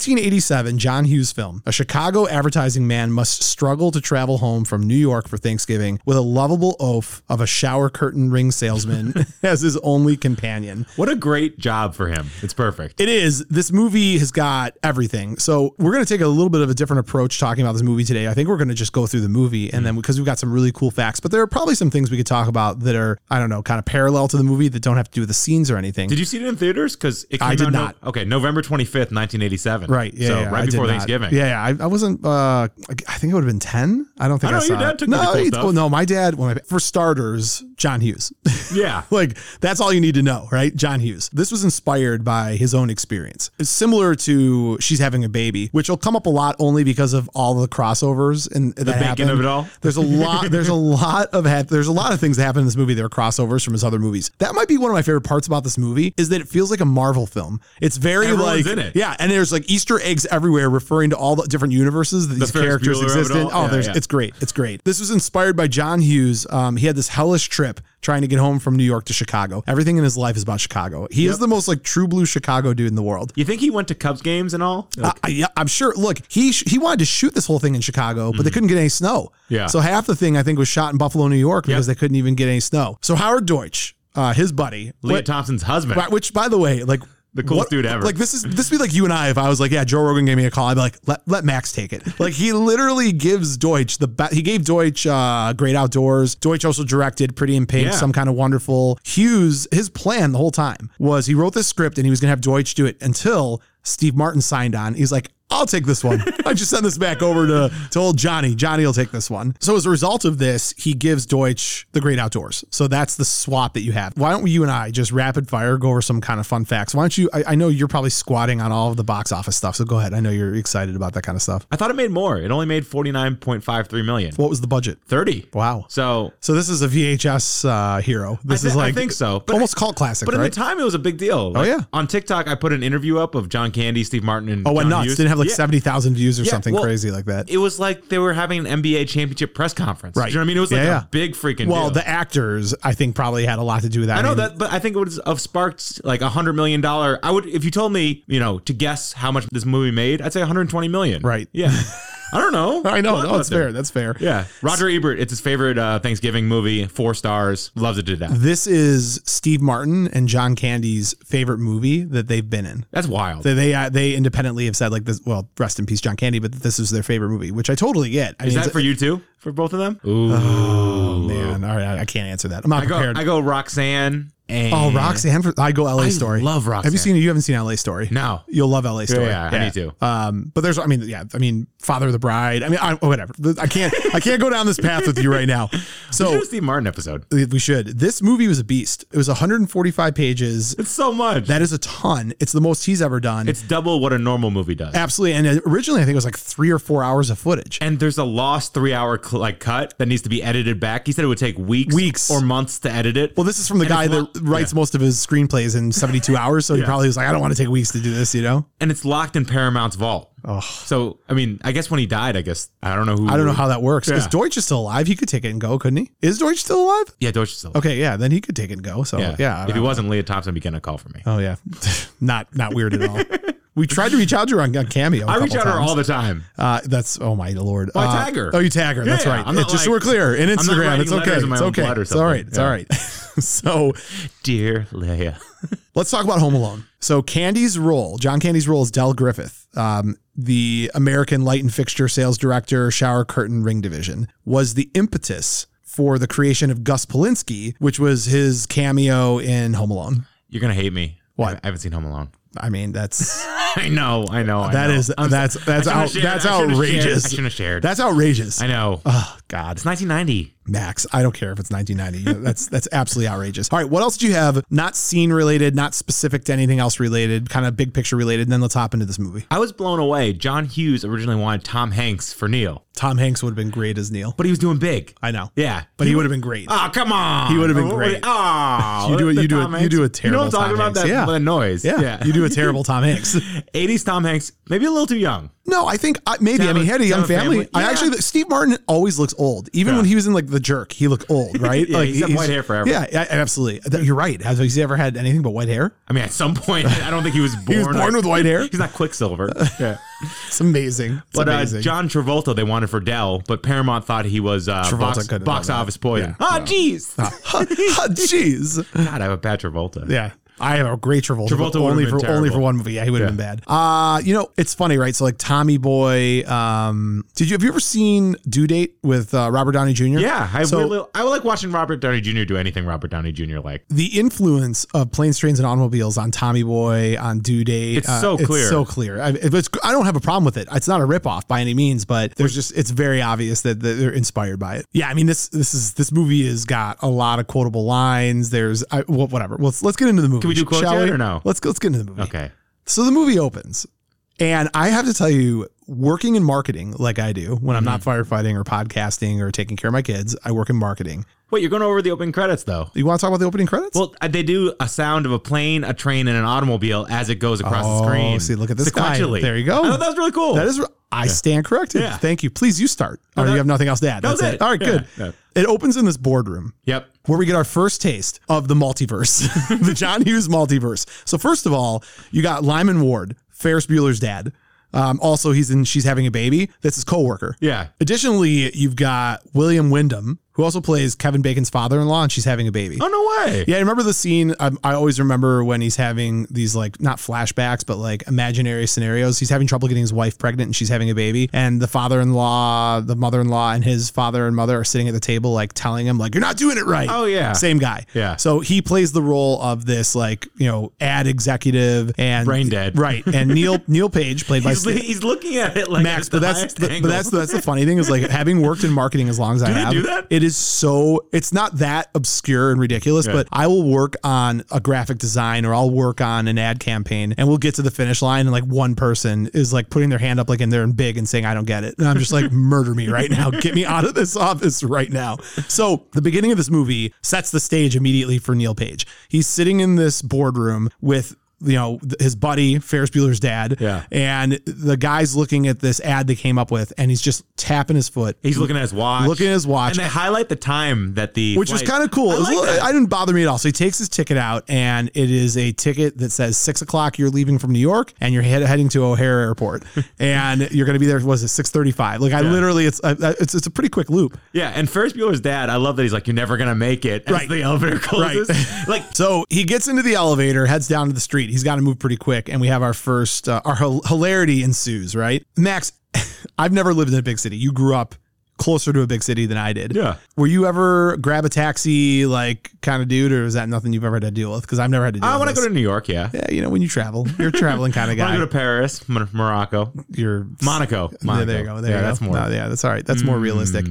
Speaker 2: 1987 John Hughes film. A Chicago advertising man must struggle to travel home from New York for Thanksgiving with a lovable oaf of a shower curtain ring salesman as his only companion.
Speaker 3: What a great job for him. It's perfect.
Speaker 2: It is. This movie has got everything. So we're going to take a little bit of a different approach talking about this movie today. I think we're going to just go through the movie and then
Speaker 3: Mm.
Speaker 2: because we've got some really cool facts, but there are probably some things we could talk about that are, I don't know, kind of parallel to the movie that don't have to do with the scenes or anything.
Speaker 3: Did you see it in theaters? Because it came
Speaker 2: I did
Speaker 3: out no-
Speaker 2: not.
Speaker 3: okay, November 25th, 1987.
Speaker 2: Right. Yeah.
Speaker 3: so
Speaker 2: yeah, I
Speaker 3: right
Speaker 2: did
Speaker 3: before
Speaker 2: not.
Speaker 3: Thanksgiving.
Speaker 2: Yeah. yeah. I, I wasn't. Uh, I think it would have been ten. I don't think
Speaker 3: I
Speaker 2: I,
Speaker 3: know,
Speaker 2: saw.
Speaker 3: your dad
Speaker 2: it.
Speaker 3: took me to
Speaker 2: no.
Speaker 3: cool
Speaker 2: he-
Speaker 3: stuff.
Speaker 2: well, no. My dad. Well, my, for starters, John Hughes.
Speaker 3: Yeah.
Speaker 2: like that's all you need to know, right? John Hughes. This was inspired by his own experience. It's similar to she's having a baby, which will come up a lot only because of all the crossovers and the that
Speaker 3: banking
Speaker 2: happen.
Speaker 3: of it all?
Speaker 2: There's a lot. There's a lot of hap- there's a lot of things that happen in this movie that are crossovers from his other movies. That might be one of my favorite parts about this movie is that it feels like a Marvel film. It's very
Speaker 3: Everyone's
Speaker 2: like
Speaker 3: in it.
Speaker 2: yeah, and there's like Easter eggs everywhere referring to all the different universes that these
Speaker 3: Ferris
Speaker 2: characters
Speaker 3: Bueller of it
Speaker 2: exist in.
Speaker 3: all?
Speaker 2: Oh,
Speaker 3: Yeah,
Speaker 2: there's
Speaker 3: yeah.
Speaker 2: it's it's great. It's great. This was inspired by John Hughes. Um, he had this hellish trip trying to get home from New York to Chicago. Everything in his life is about Chicago. He is the most like true blue Chicago dude in the world.
Speaker 3: You think he went to Cubs games and all?
Speaker 2: I, I, yeah, I'm sure. Look, he sh- he wanted to shoot this whole thing in Chicago, but they couldn't get any snow.
Speaker 3: Mm. Yeah.
Speaker 2: So half the thing I think was shot in Buffalo, New York, because they couldn't even get any snow. So Howard Deutsch, uh, his buddy,
Speaker 3: Leah
Speaker 2: what-
Speaker 3: Thompson's husband.
Speaker 2: Right, which, by the way, like
Speaker 3: the coolest
Speaker 2: What-
Speaker 3: dude ever.
Speaker 2: Like this is this would be like you and I if I was like, yeah, Joe Rogan gave me a call. I'd be like, let, let Max take it. Like he literally gives Deutsch the be- he gave Deutsch uh, Great Outdoors. Deutsch also directed Pretty in Pink,
Speaker 3: Yeah.
Speaker 2: some kind of wonderful. Hughes his plan the whole time was he wrote this script and he was gonna have Deutsch do it until Steve Martin signed on. He's like. I'll take this one. I just send this back over to, to old Johnny. Johnny will take this one. So, as a result of this, he gives Deutsch the great outdoors. So, that's the swap that you have. Why don't you and I just rapid fire go over some kind of fun facts? Why don't you? I, I know you're probably squatting on all of the box office stuff. So, go ahead. I know you're excited about that kind of stuff.
Speaker 3: I thought it made more. It only made 49.53 million.
Speaker 2: What was the budget?
Speaker 3: 30.
Speaker 2: Wow.
Speaker 3: So
Speaker 2: So, this is a VHS uh, hero. This
Speaker 3: thi-
Speaker 2: is
Speaker 3: I
Speaker 2: like,
Speaker 3: think so. But-
Speaker 2: almost cult classic,
Speaker 3: But
Speaker 2: right?
Speaker 3: at the time, it was a big deal. Like,
Speaker 2: Oh, yeah.
Speaker 3: On TikTok, I put an interview up of John Candy, Steve Martin, and
Speaker 2: oh,
Speaker 3: John
Speaker 2: and nuts.
Speaker 3: Hughes.
Speaker 2: Didn't have like
Speaker 3: Yeah.
Speaker 2: 70,000 views or
Speaker 3: Yeah,
Speaker 2: something
Speaker 3: well,
Speaker 2: crazy like that.
Speaker 3: It was like they were having an NBA championship press conference.
Speaker 2: Right.
Speaker 3: Do you know what I mean? It was like
Speaker 2: Yeah, yeah.
Speaker 3: a big freaking
Speaker 2: well,
Speaker 3: deal.
Speaker 2: the actors, I think, probably had a lot to do with that.
Speaker 3: I know
Speaker 2: mean,
Speaker 3: that, but I think it would have sparked like a hundred million dollar. I would, if you told me, you know, to guess how much this movie made, I'd say 120 million.
Speaker 2: Right.
Speaker 3: Yeah. I don't know.
Speaker 2: I know. No,
Speaker 3: Thought about
Speaker 2: that's
Speaker 3: that.
Speaker 2: fair. That's fair.
Speaker 3: Yeah. Roger Ebert, it's his favorite uh, Thanksgiving movie. Four stars. Loves it to death.
Speaker 2: This is Steve Martin and John Candy's favorite movie that they've been in.
Speaker 3: That's wild.
Speaker 2: That they uh, they independently have said like this. Well, rest in peace, John Candy. But this is their favorite movie, which I totally get. I
Speaker 3: Is
Speaker 2: mean,
Speaker 3: that
Speaker 2: it's-
Speaker 3: for you too? For both of them? Ooh. Oh,
Speaker 2: man? All right, I- I can't answer that. I'm not
Speaker 3: I go,
Speaker 2: prepared.
Speaker 3: I go Roxanne and.
Speaker 2: oh, Roxanne. For, I go L.A.
Speaker 3: I
Speaker 2: Story.
Speaker 3: love
Speaker 2: Have you
Speaker 3: Roxanne.
Speaker 2: seen it? You haven't seen L.A. Story?
Speaker 3: No.
Speaker 2: You'll love L.A. Story.
Speaker 3: yeah, I need to.
Speaker 2: Um, but there's, I mean, yeah, I mean, Father of the Bride. I mean, I, oh, whatever. I can't, I can't go down this path with you right now.
Speaker 3: Oh.
Speaker 2: So
Speaker 3: Steve Martin episode.
Speaker 2: we should. This movie was a beast. It was 145 pages.
Speaker 3: It's so much.
Speaker 2: That is a ton. It's the most he's ever done.
Speaker 3: it's double what a normal movie does.
Speaker 2: absolutely. And originally, I think it was like three or four hours of footage.
Speaker 3: and there's a lost three hour cl- like cut that needs to be edited back. He said it would take weeks,
Speaker 2: Weeks.
Speaker 3: or months to edit it.
Speaker 2: well, this is from the
Speaker 3: And
Speaker 2: guy
Speaker 3: it's
Speaker 2: that
Speaker 3: lo-
Speaker 2: writes most of his screenplays in 72 hours. So he
Speaker 3: Yeah.
Speaker 2: probably was like, I don't want to take weeks to do this, you know?
Speaker 3: and it's locked in Paramount's vault. Oh. So I mean, I guess when he died, I guess I don't know who.
Speaker 2: I don't know how that works. Because
Speaker 3: Mm-hmm. Yeah.
Speaker 2: Deutsch is still alive. He could take it and go, couldn't he? Is Deutsch still alive?
Speaker 3: Yeah, Deutsch is still.
Speaker 2: Okay, yeah, then he could take it and go. So yeah.
Speaker 3: Yeah.
Speaker 2: I
Speaker 3: if he
Speaker 2: don't-
Speaker 3: wasn't, Leah Thompson would be getting a call from me.
Speaker 2: Oh, yeah. not not weird at all. We tried to reach out to her on, on Cameo. I
Speaker 3: I reach out to her all the time.
Speaker 2: Uh, that's oh my lord.
Speaker 3: I
Speaker 2: Uh,
Speaker 3: tag her.
Speaker 2: Oh, you tag her. that's
Speaker 3: Yeah,
Speaker 2: right.
Speaker 3: I'm not
Speaker 2: It's just so
Speaker 3: like-
Speaker 2: we're clear in
Speaker 3: not
Speaker 2: Instagram.
Speaker 3: writing
Speaker 2: It's okay.
Speaker 3: letters
Speaker 2: It's
Speaker 3: in my own
Speaker 2: okay.
Speaker 3: blood or
Speaker 2: It's all right.
Speaker 3: something.
Speaker 2: It's all right. so
Speaker 3: Dear Leia.
Speaker 2: let's talk about Home Alone. So Candy's role, John Candy's role is Del Griffith, um, the American light and fixture sales director, shower curtain ring division, was the impetus for the creation of Gus Polinski, which was his cameo in Home Alone.
Speaker 3: You're gonna hate me.
Speaker 2: What?
Speaker 3: I haven't seen Home Alone.
Speaker 2: I mean, that's
Speaker 3: I know. I know. I
Speaker 2: that
Speaker 3: know.
Speaker 2: is
Speaker 3: I'm so-
Speaker 2: that's that's
Speaker 3: I should've
Speaker 2: out,
Speaker 3: shared,
Speaker 2: that's
Speaker 3: I should've shared, I
Speaker 2: outrageous.
Speaker 3: shouldn't have shared.
Speaker 2: That's outrageous.
Speaker 3: I know.
Speaker 2: Oh God.
Speaker 3: It's 1990.
Speaker 2: Max. I don't care if it's 1990. That's that's absolutely outrageous. All right, what else do you have? Not scene related, not specific to anything else related, kind of big picture related. And then let's hop into this movie.
Speaker 3: I was blown away. John Hughes originally wanted Tom Hanks for Neil,
Speaker 2: Tom Hanks would have been great as Neil.
Speaker 3: but he was doing big.
Speaker 2: I know.
Speaker 3: Yeah,
Speaker 2: but he would have been great.
Speaker 3: Oh, come on.
Speaker 2: He would've been great.
Speaker 3: Oh,
Speaker 2: You do it-
Speaker 3: the
Speaker 2: you do it-
Speaker 3: Tom
Speaker 2: you
Speaker 3: Hanks.
Speaker 2: do a
Speaker 3: You know
Speaker 2: terrible
Speaker 3: what I'm talking
Speaker 2: Tom
Speaker 3: about? That,
Speaker 2: Hanks. Yeah.
Speaker 3: that noise.
Speaker 2: yeah, you do a terrible Tom Hanks.
Speaker 3: 80s Tom Hanks, maybe a little too young.
Speaker 2: No, I think I, maybe.
Speaker 3: To
Speaker 2: I
Speaker 3: have
Speaker 2: mean,
Speaker 3: a-
Speaker 2: he had a
Speaker 3: to
Speaker 2: young
Speaker 3: have a
Speaker 2: family.
Speaker 3: family.
Speaker 2: I
Speaker 3: Yeah.
Speaker 2: actually, Steve Martin always looks old. Even
Speaker 3: Yeah.
Speaker 2: when he was in like The Jerk, he looked old, right?
Speaker 3: Yeah,
Speaker 2: like
Speaker 3: he's had white hair forever.
Speaker 2: Yeah, yeah, absolutely. That- You're right. Has has he ever had anything but white hair?
Speaker 3: I mean, at some point, I don't think he was born.
Speaker 2: was born
Speaker 3: like-
Speaker 2: with white hair?
Speaker 3: He's not Quicksilver. yeah.
Speaker 2: It's amazing. It's
Speaker 3: But uh,
Speaker 2: amazing.
Speaker 3: John Travolta they wanted for Dell, but Paramount thought he was uh,
Speaker 2: Travolta
Speaker 3: box,
Speaker 2: couldn't have
Speaker 3: box
Speaker 2: done that.
Speaker 3: office poison.
Speaker 2: Yeah.
Speaker 3: Oh, jeez.
Speaker 2: jeez.
Speaker 3: God, I have a bad Travolta.
Speaker 2: Yeah. I have a great Travolta.
Speaker 3: Travolta
Speaker 2: but
Speaker 3: would've
Speaker 2: only
Speaker 3: been
Speaker 2: for only for
Speaker 3: terrible.
Speaker 2: one movie. Yeah, he would have been bad. Uh, you know, it's funny, right? So like Tommy Boy, um, did you have you ever seen Due Date with uh, Robert Downey Jr.?
Speaker 3: Yeah, I
Speaker 2: so
Speaker 3: really, I like watching Robert Downey Jr. do anything Robert Downey Jr. like.
Speaker 2: the influence of planes, trains, and automobiles on Tommy Boy, on Due Date. uh,
Speaker 3: It's so clear.
Speaker 2: It's so clear. I, if it's, I don't have a problem with it. It's not a ripoff by any means, but there's just it's very obvious that, that they're inspired by it. Yeah, I mean this this is this movie has got a lot of quotable lines. There's I, well, whatever. Let's let's get into the movie.
Speaker 3: Can we do quotes
Speaker 2: shall
Speaker 3: yet
Speaker 2: we?
Speaker 3: or no?
Speaker 2: Let's go- let's get into the movie.
Speaker 3: Okay.
Speaker 2: So the movie opens, and I have to tell you, working in marketing like I do, when I'm
Speaker 3: Mm-hmm.
Speaker 2: not firefighting or podcasting or taking care of my kids, I work in marketing.
Speaker 3: Wait, you're going over the opening credits though.
Speaker 2: You want to talk about the opening credits?
Speaker 3: Well, uh, they do a sound of a plane, a train, and an automobile as it goes across
Speaker 2: Oh,
Speaker 3: the screen.
Speaker 2: see, look at this guy.
Speaker 3: sequentially.
Speaker 2: There you go.
Speaker 3: I thought that was really cool.
Speaker 2: that is, I stand corrected.
Speaker 3: Oh. Yeah.
Speaker 2: Thank you. Please, you start. Or
Speaker 3: that-
Speaker 2: you have nothing else to add.
Speaker 3: that
Speaker 2: That's
Speaker 3: was
Speaker 2: it.
Speaker 3: it.
Speaker 2: All right,
Speaker 3: Yeah,
Speaker 2: good.
Speaker 3: yeah.
Speaker 2: It opens in this boardroom.
Speaker 3: Yep.
Speaker 2: where we get our first taste of the multiverse, the John Hughes multiverse. So first of all, you got Lyman Ward, Ferris Bueller's dad. Um, also, he's in. She's having a baby. That's his coworker.
Speaker 3: Yeah.
Speaker 2: Additionally, you've got William Wyndham, who also plays Kevin Bacon's father-in-law, and she's having a baby.
Speaker 3: Oh no way!
Speaker 2: Yeah, I remember the scene. I, I always remember when he's having these like not flashbacks, but like imaginary scenarios. He's having trouble getting his wife pregnant, and she's having a baby. And the father-in-law, the mother-in-law, and his father and mother are sitting at the table, like telling him, like you're not doing it right.
Speaker 3: Oh, yeah.
Speaker 2: same guy.
Speaker 3: Yeah.
Speaker 2: So he plays the role of this like you know ad executive and
Speaker 3: Brain dead.
Speaker 2: right? And Neil Neil Page played by
Speaker 3: He's, li-
Speaker 2: Sta-
Speaker 3: he's looking at it like
Speaker 2: Max,
Speaker 3: at
Speaker 2: but
Speaker 3: the
Speaker 2: that's
Speaker 3: highest
Speaker 2: the, but
Speaker 3: angle.
Speaker 2: that's that's the funny thing is like having worked in marketing as long as I
Speaker 3: they
Speaker 2: have,
Speaker 3: do that?
Speaker 2: it is so it's not that obscure and ridiculous.
Speaker 3: Yeah.
Speaker 2: But I will work on a graphic design or I'll work on an ad campaign, and we'll get to the finish line, and like one person is like putting their hand up like in there and big and saying I don't get it, and I'm just like murder me right now, get me out of this office right now. So the beginning of this movie sets the stage immediately for Neil Page. He's sitting in this boardroom with. You know, th- his buddy, Ferris Bueller's dad,
Speaker 3: Yeah.
Speaker 2: and the guy's looking at this ad they came up with, and he's just tapping his foot.
Speaker 3: he's looking at his watch.
Speaker 2: Looking at his watch.
Speaker 3: and they highlight the time that the
Speaker 2: which was
Speaker 3: flight-
Speaker 2: kind of cool.
Speaker 3: I
Speaker 2: It, was a
Speaker 3: like
Speaker 2: little-
Speaker 3: that.
Speaker 2: I didn't bother me at all. So he takes his ticket out, and it is a ticket that says six o'clock. You're leaving from New York, and you're head, heading to O'Hare Airport, and you're going to be there. Was it six thirty-five? Like I literally, it's uh, it's it's a pretty quick loop.
Speaker 3: yeah, and Ferris Bueller's dad. I love that he's like, "You're never gonna make it." As
Speaker 2: Right.
Speaker 3: The elevator closes. Like
Speaker 2: So he gets into the elevator, heads down to the street. He's got to move pretty quick, and we have our first uh, our hil- hilarity ensues. Right, Max, I've never lived in a big city. You grew up closer to a big city than I did.
Speaker 3: Yeah.
Speaker 2: Were you ever grab a taxi like kind of dude, or is that nothing you've ever had to deal with? Because I've never had to. deal
Speaker 3: Uh, I
Speaker 2: with
Speaker 3: want to
Speaker 2: this.
Speaker 3: go to New York. Yeah,
Speaker 2: Yeah, you know when you travel, you're a traveling kind of
Speaker 3: I want
Speaker 2: guy.
Speaker 3: to go to Paris, Mon- Morocco,
Speaker 2: you're
Speaker 3: Monaco.
Speaker 2: Yeah,
Speaker 3: Monaco.
Speaker 2: there you go. There
Speaker 3: yeah,
Speaker 2: you go.
Speaker 3: that's more. Hmm.
Speaker 2: No, yeah, that's all right. That's more realistic.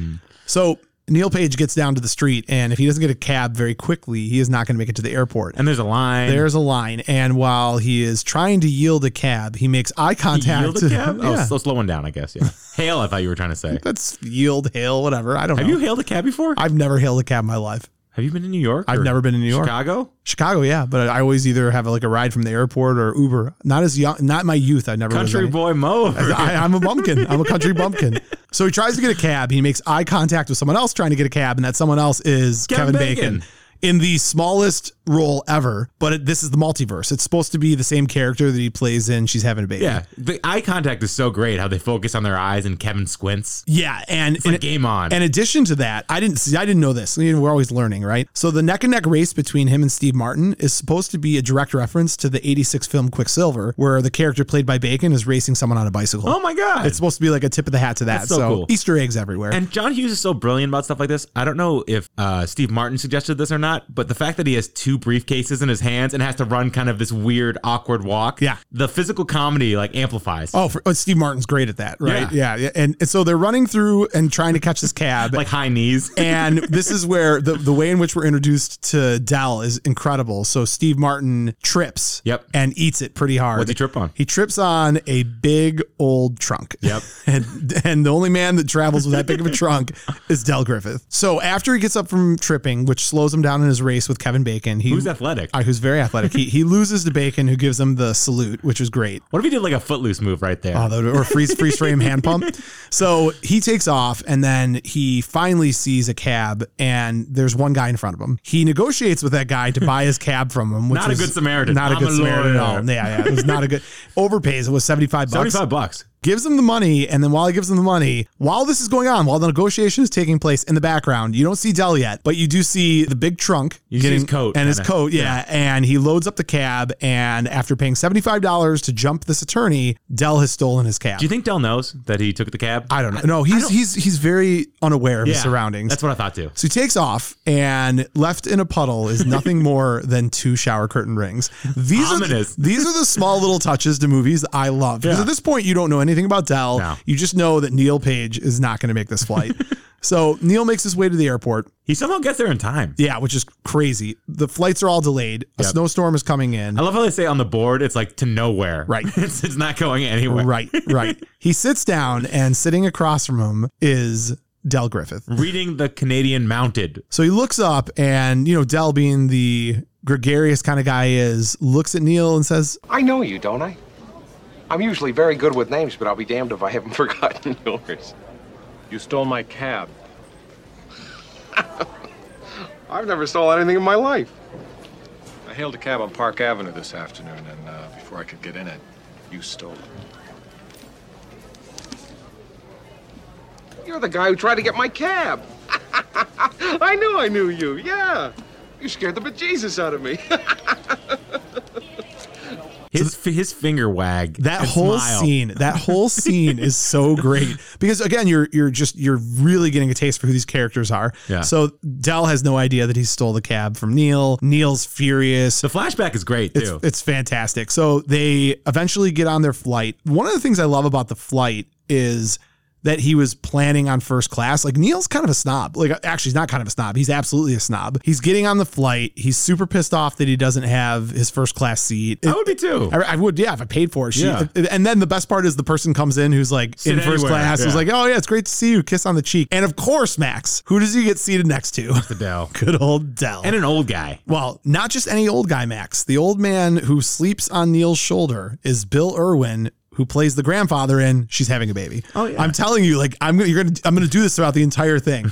Speaker 2: So Neil Page gets down to the street, and if he doesn't get a cab very quickly, he is not going to make it to the airport.
Speaker 3: And there's a line.
Speaker 2: There's a line, and while he is trying to yield a cab, he makes eye contact.
Speaker 3: Yield a cab? Oh,
Speaker 2: yeah.
Speaker 3: so slow one down, I guess. Yeah. Hail, I thought you were trying to say.
Speaker 2: That's yield, hail, whatever. I don't
Speaker 3: Have
Speaker 2: know.
Speaker 3: you hailed a cab before?
Speaker 2: I've never hailed a cab in my life.
Speaker 3: Have you been in New York?
Speaker 2: I've
Speaker 3: or
Speaker 2: never been in New York.
Speaker 3: Chicago?
Speaker 2: Chicago, yeah, but I always either have like a ride from the airport or Uber. Not as young, not my youth. I never was
Speaker 3: Country
Speaker 2: any-
Speaker 3: boy Mo. over here.
Speaker 2: I, I'm a bumpkin. I'm a country bumpkin. So he tries to get a cab. He makes eye contact with someone else trying to get a cab, and that someone else is Kevin,
Speaker 3: Kevin
Speaker 2: Bacon.
Speaker 3: Bacon.
Speaker 2: In the smallest role ever, but it, this is the multiverse. It's supposed to be the same character that he plays in. She's having a baby.
Speaker 3: Yeah. The eye contact is so great how they focus on their eyes and Kevin squints.
Speaker 2: Yeah, and
Speaker 3: It's like game on.
Speaker 2: In addition to that, I didn't see. I didn't know this. You know, We're always learning, right? So the neck and neck race between him and Steve Martin is supposed to be a direct reference to the '86 film Quicksilver, where the character played by Bacon is racing someone on a bicycle.
Speaker 3: oh my God.
Speaker 2: It's supposed to be like a tip of the hat to that.
Speaker 3: That's so
Speaker 2: so
Speaker 3: cool.
Speaker 2: Easter eggs everywhere.
Speaker 3: and John Hughes is so brilliant about stuff like this. I don't know if uh, Steve Martin suggested this or not, but the fact that he has two briefcases in his hands and has to run kind of this weird, awkward walk,
Speaker 2: Yeah.
Speaker 3: the physical comedy like amplifies.
Speaker 2: Oh, for, oh, Steve Martin's great at that, right? Yeah. yeah. And, and so they're running through and trying to catch this cab.
Speaker 3: Like high knees.
Speaker 2: and this is where the, the way in which we're introduced to Dell is incredible. So Steve Martin trips
Speaker 3: Yep.
Speaker 2: and eats it pretty hard.
Speaker 3: What'd he trip on?
Speaker 2: He trips on a big old trunk.
Speaker 3: Yep.
Speaker 2: and and the only man that travels with that big of a trunk is Dell Griffith. So after he gets up from tripping, which slows him down in his race with Kevin Bacon, he
Speaker 3: Who's athletic?
Speaker 2: Uh, who's very athletic. He, he loses to Bacon, who gives him the salute, which is great.
Speaker 3: what if he did like a footloose move right there?
Speaker 2: Oh, that would- or freeze freeze frame hand pump. So he takes off and then he finally sees a cab and there's one guy in front of him. He negotiates with that guy to buy his cab from him, which
Speaker 3: Not a
Speaker 2: was
Speaker 3: good Samaritan.
Speaker 2: Not a
Speaker 3: I'm
Speaker 2: good
Speaker 3: a
Speaker 2: Samaritan at
Speaker 3: lawyer.
Speaker 2: all. Yeah, yeah. It was not a good overpays. It was 75 bucks.
Speaker 3: 75 bucks.
Speaker 2: Gives him the money, and then while he gives him the money, while this is going on, while the negotiation is taking place in the background, you don't see Dell yet, but you do see the big trunk
Speaker 3: You see his coat,
Speaker 2: and his
Speaker 3: kinda.
Speaker 2: coat, yeah. And he loads up the cab, and after paying seventy five dollars to jump this attorney, Dell has stolen his cab.
Speaker 3: Do you think Dell knows that he took the cab?
Speaker 2: I don't know. No, he's he's he's very unaware of his surroundings.
Speaker 3: That's what I thought too.
Speaker 2: so he takes off and left in a puddle is nothing more than two shower curtain rings. These
Speaker 3: Ominous.
Speaker 2: are these are the small little touches to movies I love. Because
Speaker 3: Yeah.
Speaker 2: at this point you don't know anything about Dell.
Speaker 3: No.
Speaker 2: You just know that Neil Page is not going to make this flight. so Neil makes his way to the airport.
Speaker 3: He somehow gets there in time.
Speaker 2: Yeah, which is crazy. The flights are all delayed. A
Speaker 3: Yep.
Speaker 2: snowstorm is coming in.
Speaker 3: I love how they say on the board, it's like to nowhere.
Speaker 2: Right.
Speaker 3: it's, it's not going anywhere.
Speaker 2: Right, right. he sits down and sitting across from him is Dell Griffith.
Speaker 3: Reading the Canadian Mounted.
Speaker 2: So he looks up and, you know, Dell being the gregarious kind of guy he is, looks at Neil and says,
Speaker 6: I know you, don't I? I'm usually very good with names, but I'll be damned if I haven't forgotten yours.
Speaker 7: You stole my cab.
Speaker 6: I've never stole anything in my life.
Speaker 7: I hailed a cab on Park Avenue this afternoon, and uh, before I could get in it, you stole it.
Speaker 6: You're the guy who tried to get my cab. I knew I knew you. Yeah. You scared the bejesus out of me.
Speaker 3: His his finger wag.
Speaker 2: That
Speaker 3: and
Speaker 2: whole
Speaker 3: smile.
Speaker 2: scene, that whole scene is so great because again, you're you're just you're really getting a taste for who these characters are.
Speaker 3: Yeah.
Speaker 2: So Dell has no idea that he stole the cab from Neil. Neil's furious.
Speaker 3: The flashback is great
Speaker 2: It's,
Speaker 3: too.
Speaker 2: it's fantastic. So they eventually get on their flight. One of the things I love about the flight is that he was planning on first class. Like Neil's kind of a snob. Like actually he's not kind of a snob. He's absolutely a snob. He's getting on the flight. He's super pissed off that he doesn't have his first class seat.
Speaker 3: I would be too.
Speaker 2: I, I would, yeah, if I paid for it. She,
Speaker 3: Yeah.
Speaker 2: And then the best part is the person comes in who's like
Speaker 3: Sit
Speaker 2: in first
Speaker 3: anywhere,
Speaker 2: class, who's
Speaker 3: yeah.
Speaker 2: like, oh, yeah, it's great to see you. Kiss on the cheek. And of course, Max, who does he get seated next to?
Speaker 3: Adele.
Speaker 2: Good old Dell.
Speaker 3: And an old guy.
Speaker 2: well, not just any old guy, Max. The old man who sleeps on Neil's shoulder is Bill Irwin. Who plays the grandfather in She's Having a Baby?
Speaker 3: Oh, yeah.
Speaker 2: I'm telling you, like I'm gonna, you're gonna, I'm gonna do this throughout the entire thing.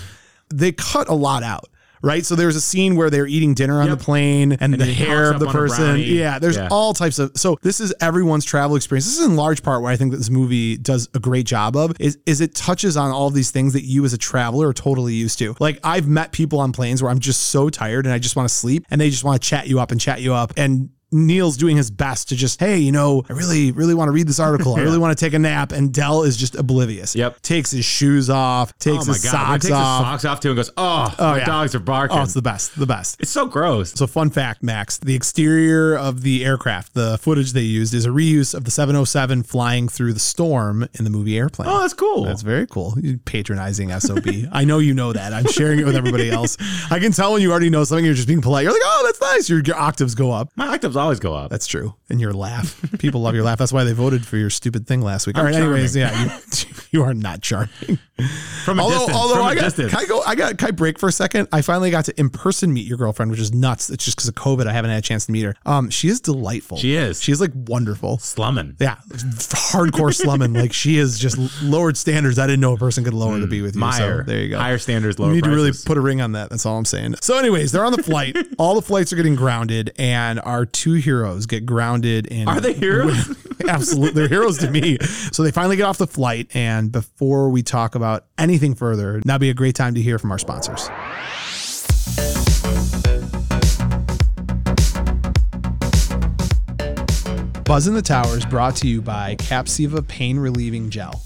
Speaker 2: they cut a lot out, right? So there's a scene where they're eating dinner on
Speaker 3: Yep.
Speaker 2: the plane, and,
Speaker 3: And
Speaker 2: the
Speaker 3: he hooks
Speaker 2: hair of
Speaker 3: up
Speaker 2: the
Speaker 3: on a
Speaker 2: person.
Speaker 3: brownie.
Speaker 2: yeah, there's
Speaker 3: Yeah.
Speaker 2: all all types of so this is everyone's travel experience this is in large part where i think that this movie does a great job of is, is it touches on all these things that you as a traveler are totally used to like i've met people on planes where i'm just so tired and i just want to sleep and they just want to chat you up and chat you up and Neil's doing his best to just, hey, you know, I really, really want to read this article. I really want to take a nap. And Dell is just oblivious.
Speaker 3: Yep.
Speaker 2: Takes his shoes off, takes
Speaker 3: oh my
Speaker 2: his
Speaker 3: god. When he
Speaker 2: socks
Speaker 3: takes his
Speaker 2: off.
Speaker 3: socks off too and goes, Oh, my
Speaker 2: yeah.
Speaker 3: dogs are barking.
Speaker 2: Oh, it's
Speaker 3: it's,
Speaker 2: the best. The best.
Speaker 3: so gross.
Speaker 2: So, fun fact, Max, the exterior of the aircraft, the footage they used is a reuse of the 707 flying through the storm in the movie Airplane.
Speaker 3: Oh, that's cool.
Speaker 2: That's very cool. You patronizing SOB. I know you know that. I'm sharing it with everybody else. I can tell when you already know something, you're just being polite. You're like, oh, that's nice. Your, your octaves go up.
Speaker 3: my octaves always go up.
Speaker 2: That's true. And your laugh. People love your laugh. That's why they voted for your stupid thing last week. All
Speaker 3: I'm
Speaker 2: right. Anyways, yeah, you, you are not charming.
Speaker 3: from a
Speaker 2: although,
Speaker 3: distance.
Speaker 2: although
Speaker 3: from
Speaker 2: I
Speaker 3: a
Speaker 2: got,
Speaker 3: distance.
Speaker 2: can I go? I got. Can I break for a second? I finally got to in person meet your girlfriend, which is nuts. It's just because of COVID, I haven't had a chance to meet her. Um, she is delightful.
Speaker 3: She is.
Speaker 2: She is like wonderful.
Speaker 3: Slumming.
Speaker 2: Yeah, hardcore slumming. Like she is just lowered standards. I didn't know a person could lower to be with you.
Speaker 3: Mm, Meyer.
Speaker 2: So there you go.
Speaker 3: Higher standards, lower
Speaker 2: You need to really
Speaker 3: prices.
Speaker 2: put a ring on that. That's all I'm saying. So, anyways, they're on the flight. all the flights are getting grounded, and our two heroes get grounded in.
Speaker 3: Are they heroes?
Speaker 2: Absolutely. They're heroes to me. So they finally get off the flight. And before we talk about anything further, now be a great time to hear from our sponsors. Buzz in the Tower is brought to you by Capsiva Pain Relieving Gel.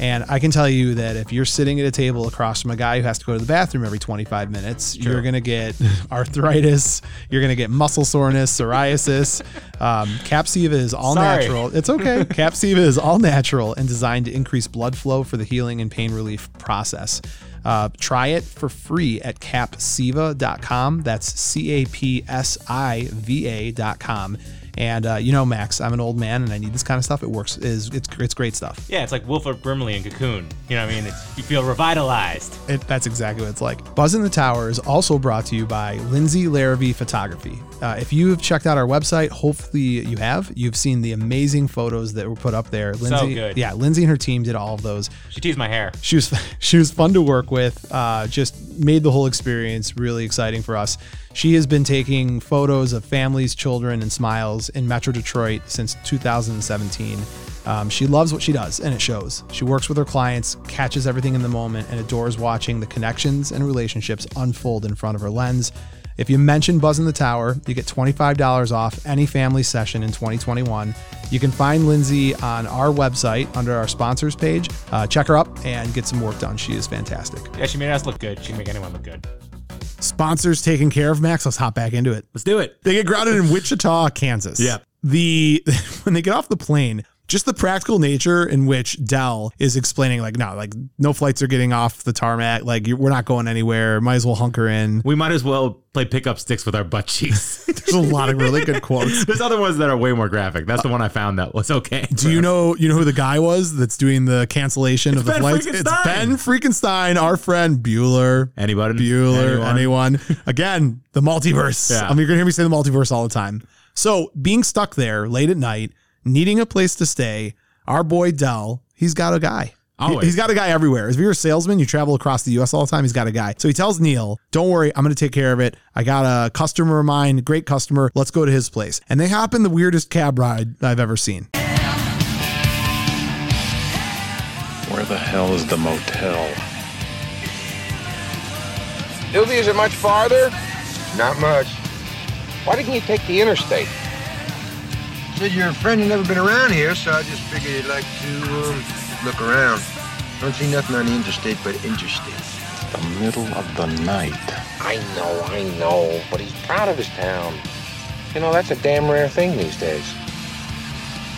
Speaker 2: And I can tell you that if you're sitting at a table across from a guy who has to go to the bathroom every 25 minutes, you're going to get arthritis, you're going to get muscle soreness, psoriasis. Um, Capsiva is all
Speaker 4: Sorry.
Speaker 2: natural. It's okay. Capsiva is all natural and designed to increase blood flow for the healing and pain relief process. Uh, try it for free at capsiva.com. That's C A P S I V A.com. And uh, you know, Max, I'm an old man and I need this kind of stuff. It works. is It's, it's great stuff.
Speaker 4: Yeah, it's like Wilford Brimley in Cocoon. You know what I mean? It's, you feel revitalized.
Speaker 2: It, that's exactly what it's like. Buzz in the Tower is also brought to you by Lindsay Larrabee Photography. Uh, if you have checked out our website, hopefully you have. You've seen the amazing photos that were put up there. Lindsay,
Speaker 4: good.
Speaker 2: Yeah, Lindsay and her team did all of those.
Speaker 4: She teased my hair.
Speaker 2: She was she was fun to work with. Uh, just made the whole experience really exciting for us. She has been taking photos of families, children, and smiles in Metro Detroit since 2017. Um, she loves what she does, and it shows. She works with her clients, catches everything in the moment, and adores watching the connections and relationships unfold in front of her lens. If you mention Buzz in the Tower, you get $25 off any family session in 2021. You can find Lindsay on our website under our sponsors page. Uh, check her up and get some work done. She is fantastic.
Speaker 4: Yeah, she made us look good. She can make anyone look good.
Speaker 2: Sponsors taken care of, Max. Let's hop back into it.
Speaker 3: Let's do it.
Speaker 2: They get grounded in Wichita, Kansas.
Speaker 3: Yeah.
Speaker 2: The when they get off the plane, just the practical nature in which Dell is explaining, like, no, like no flights are getting off the tarmac. Like you we're not going anywhere. Might as well hunker in.
Speaker 3: We might as well play pickup sticks with our butt cheeks.
Speaker 2: There's a lot of really good quotes.
Speaker 3: There's other ones that are way more graphic. That's the one I found that was okay.
Speaker 2: Do you know you know who the guy was that's doing the cancellation of the
Speaker 3: Ben
Speaker 2: flights? It's
Speaker 3: Frankenstein.
Speaker 2: Ben Freakenstein, our friend Bueller.
Speaker 3: Anybody?
Speaker 2: Bueller,
Speaker 3: Anyone?
Speaker 2: anyone. Again, the multiverse.
Speaker 3: Yeah.
Speaker 2: I mean, you're gonna hear me say the multiverse all the time. So being stuck there late at night, needing a place to stay, our boy Dell, he's got a guy. He-
Speaker 3: Always.
Speaker 2: He's got a guy everywhere. If you're a salesman, you travel across the U.S. all the time. He's got a guy. So he tells Neil, "Don't worry, I'm going to take care of it. I got a customer of mine, great customer. Let's go to his place." And they hop in the weirdest cab ride I've ever seen.
Speaker 7: Where the hell is the motel?
Speaker 6: Hildy, is it much farther? Not much. Why didn't you take the interstate?
Speaker 8: Said your friend had never been around here, so I just figured he'd like to um, look around. Don't see nothing on the interstate but interstate.
Speaker 9: The middle of the night.
Speaker 6: I know, I know, but he's proud of his town. You know, that's a damn rare thing these days.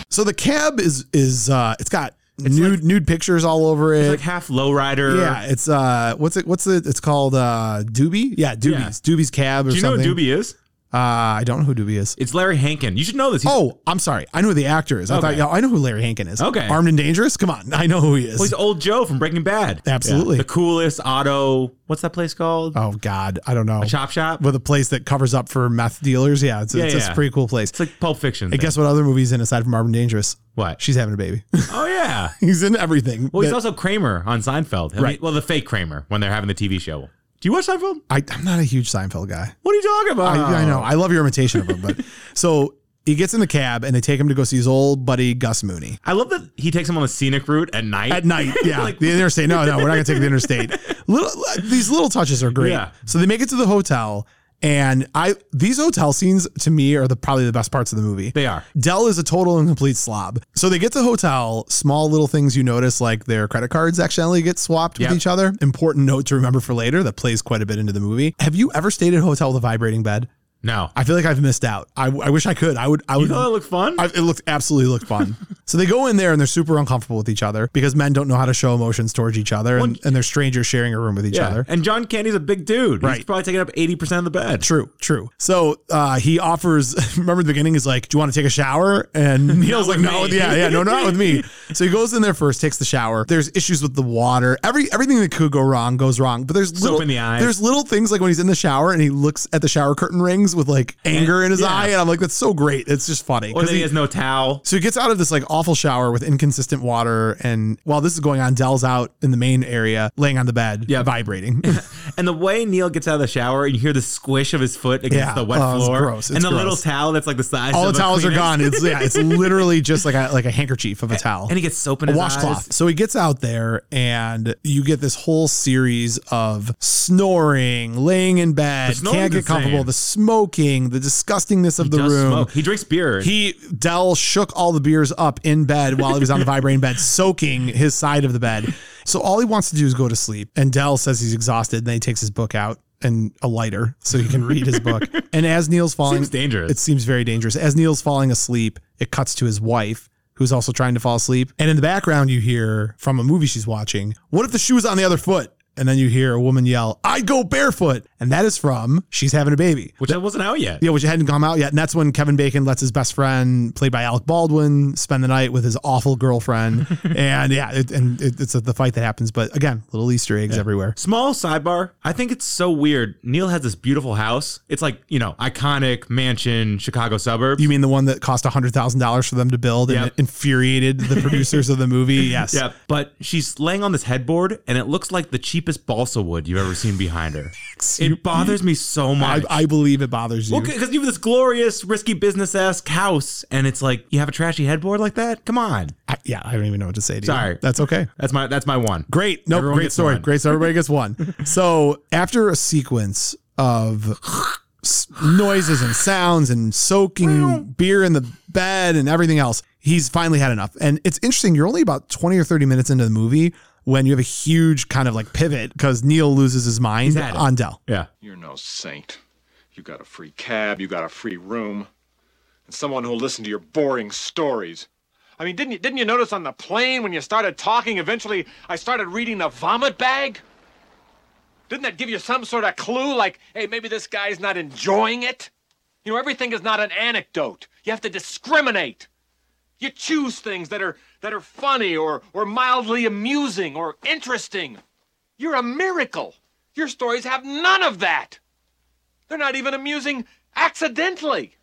Speaker 2: So the cab is is uh it's got nude nude pictures all over it.
Speaker 3: It's like half lowrider.
Speaker 2: yeah, it's uh what's it what's it it's called uh Doobie? Yeah, Doobie's. Doobie's cab or
Speaker 3: Do you know
Speaker 2: something.
Speaker 3: who Doobie is?
Speaker 2: Uh I don't know who Doobie is.
Speaker 3: It's Larry Hankin. You should know this. He's,
Speaker 2: Oh, I'm sorry. I know who the actor is. I thought,
Speaker 3: Okay.
Speaker 2: yeah, I know who Larry Hankin is.
Speaker 3: Okay.
Speaker 2: Armed and Dangerous? Come on. I know who he is.
Speaker 3: well, he's old Joe from Breaking Bad.
Speaker 2: Oh. Absolutely.
Speaker 3: The coolest auto. What's that place called?
Speaker 2: oh, God. I don't know.
Speaker 3: Chop Shop.
Speaker 2: With a place that covers up for meth dealers. Yeah, it's,
Speaker 3: Yeah,
Speaker 2: it's,
Speaker 3: yeah.
Speaker 2: a pretty cool place.
Speaker 3: It's like Pulp Fiction.
Speaker 2: and
Speaker 3: thing.
Speaker 2: guess what other movie's in aside from Armed and Dangerous?
Speaker 3: what?
Speaker 2: She's having a baby.
Speaker 3: oh yeah.
Speaker 2: he's in everything.
Speaker 3: Well, he's
Speaker 2: that-
Speaker 3: also Kramer on Seinfeld. I mean,
Speaker 2: Right.
Speaker 3: well, the fake Kramer when they're having the TV show. Do you watch Seinfeld?
Speaker 2: I, I'm not a huge Seinfeld guy.
Speaker 3: What are you talking about?
Speaker 2: I, I know. I love your imitation of him. But so he gets in the cab and they take him to go see his old buddy Gus Mooney.
Speaker 3: I love that he takes him on the scenic route at night.
Speaker 2: At night, yeah,
Speaker 3: Like-
Speaker 2: the interstate. No, no, we're not gonna take the interstate. Little these little touches are great.
Speaker 3: Yeah.
Speaker 2: So they make it to the hotel, and I these hotel scenes to me are the probably the best parts of the movie.
Speaker 3: They are.
Speaker 2: Dell is a total and complete slob. So they get to the hotel, small little things you notice, like their credit cards accidentally get swapped
Speaker 3: Yeah.
Speaker 2: with each other. Important note to remember for later that plays quite a bit into the movie. Have you ever stayed at a hotel with a vibrating bed?
Speaker 3: No.
Speaker 2: I feel like I've missed out. I, I wish I could. I would. I
Speaker 3: you
Speaker 2: would.
Speaker 3: thought that looked fun?
Speaker 2: I, it looked absolutely looked fun. so they go in there and they're super uncomfortable with each other because men don't know how to show emotions towards each other, and,
Speaker 3: Well,
Speaker 2: and they're strangers sharing a room with each
Speaker 3: yeah.
Speaker 2: other.
Speaker 3: And John Candy's a big dude. He's
Speaker 2: Right.
Speaker 3: probably taking up 80% of the bed.
Speaker 2: True, true. So uh, he offers. Remember, at the beginning is like, "Do you want to take a shower?" And Neil's like,
Speaker 3: with
Speaker 2: "No,
Speaker 3: me."
Speaker 2: yeah, yeah, no, not with me." So he goes in there first, takes the shower. There's issues with the water. Every everything that could go wrong goes wrong. But there's little
Speaker 3: in the eyes.
Speaker 2: There's little things like when he's in the shower and he looks at the shower curtain rings with like anger in his
Speaker 3: yeah.
Speaker 2: eye, and I'm like, "That's so great." It's just funny
Speaker 3: Or
Speaker 2: 'Cause
Speaker 3: then he
Speaker 2: he-
Speaker 3: has no towel.
Speaker 2: so he gets out of this like awful shower with inconsistent water, and while this is going on, Dell's out in the main area, laying on the bed,
Speaker 3: Yeah.
Speaker 2: vibrating.
Speaker 3: And the way Neil gets out of the shower, you hear the squish of his foot against
Speaker 2: Yeah.
Speaker 3: the wet
Speaker 2: Oh, it's
Speaker 3: floor.
Speaker 2: gross. It's
Speaker 3: and the
Speaker 2: gross.
Speaker 3: little towel that's like the size
Speaker 2: All
Speaker 3: of
Speaker 2: the
Speaker 3: a
Speaker 2: towels are
Speaker 3: Kleenex.
Speaker 2: gone. It's yeah, it's literally just like a like a handkerchief of a towel.
Speaker 3: And he gets soap in
Speaker 2: a
Speaker 3: his
Speaker 2: washcloth.
Speaker 3: eyes.
Speaker 2: So he gets out there, and you get this whole series of snoring, laying in bed,
Speaker 3: snoring's
Speaker 2: can't get
Speaker 3: insane.
Speaker 2: comfortable, the smoking, the disgustingness of
Speaker 3: He
Speaker 2: the
Speaker 3: does
Speaker 2: room.
Speaker 3: smoke. He drinks beer.
Speaker 2: He Dell shook all the beers up in bed while he was on the vibrating bed, soaking his side of the bed. So all he wants to do is go to sleep. And Dell says he's exhausted. And then he takes his book out and a lighter so he can read his book. And as Neil's falling,
Speaker 3: Seems dangerous.
Speaker 2: It seems very dangerous. As Neil's falling asleep, it cuts to his wife. Who's also trying to fall asleep. And in the background, you hear from a movie she's watching, What if the shoe was on the other foot? And then you hear a woman yell, I go barefoot. And that is from She's Having a Baby.
Speaker 3: which that wasn't out yet.
Speaker 2: Yeah, which hadn't come out yet. And that's when Kevin Bacon lets his best friend, played by Alec Baldwin, spend the night with his awful girlfriend. and yeah, it, and it, it's the fight that happens. But again, little Easter eggs everywhere.
Speaker 3: Small sidebar. I think it's so weird. Neil has this beautiful house. It's like, you know, iconic mansion, Chicago suburb.
Speaker 2: You mean the one that cost $100,000 for them to build and
Speaker 3: Yep.
Speaker 2: it infuriated the producers of the movie? Yes.
Speaker 3: Yeah, but she's laying on this headboard, and it looks like the cheapest balsa wood you've ever seen behind her. it bothers me so
Speaker 2: I,
Speaker 3: much.
Speaker 2: I believe it bothers you.
Speaker 3: well, because you have this glorious, risky business esque house, and it's like you have a trashy headboard like that. Come on,
Speaker 2: I- yeah, I don't even know what to say to you.
Speaker 3: Sorry.
Speaker 2: That's okay.
Speaker 3: that's my that's my one.
Speaker 2: Great. No,
Speaker 3: Everyone
Speaker 2: great
Speaker 3: gets
Speaker 2: story.
Speaker 3: one.
Speaker 2: Great. So everybody gets one. so after a sequence of s- noises and sounds and soaking beer in the bed and everything else, he's finally had enough. And it's interesting. You're only about 20 or 30 minutes into the movie when you have a huge kind of like pivot because Neil loses his mind
Speaker 3: had it.
Speaker 2: on Dell.
Speaker 3: Yeah,
Speaker 7: You're no saint. You got a free cab, you got a free room, and someone who'll listen to your boring stories. I mean, didn't you, didn't you notice on the plane when you started talking, eventually I started reading the vomit bag? Didn't that give you some sort of clue, like, hey, maybe this guy's not enjoying it? You know, everything is not an anecdote. You have to discriminate. You choose things that are that are funny or or mildly amusing or interesting. You're a miracle. Your stories have none of that. They're not even amusing accidentally.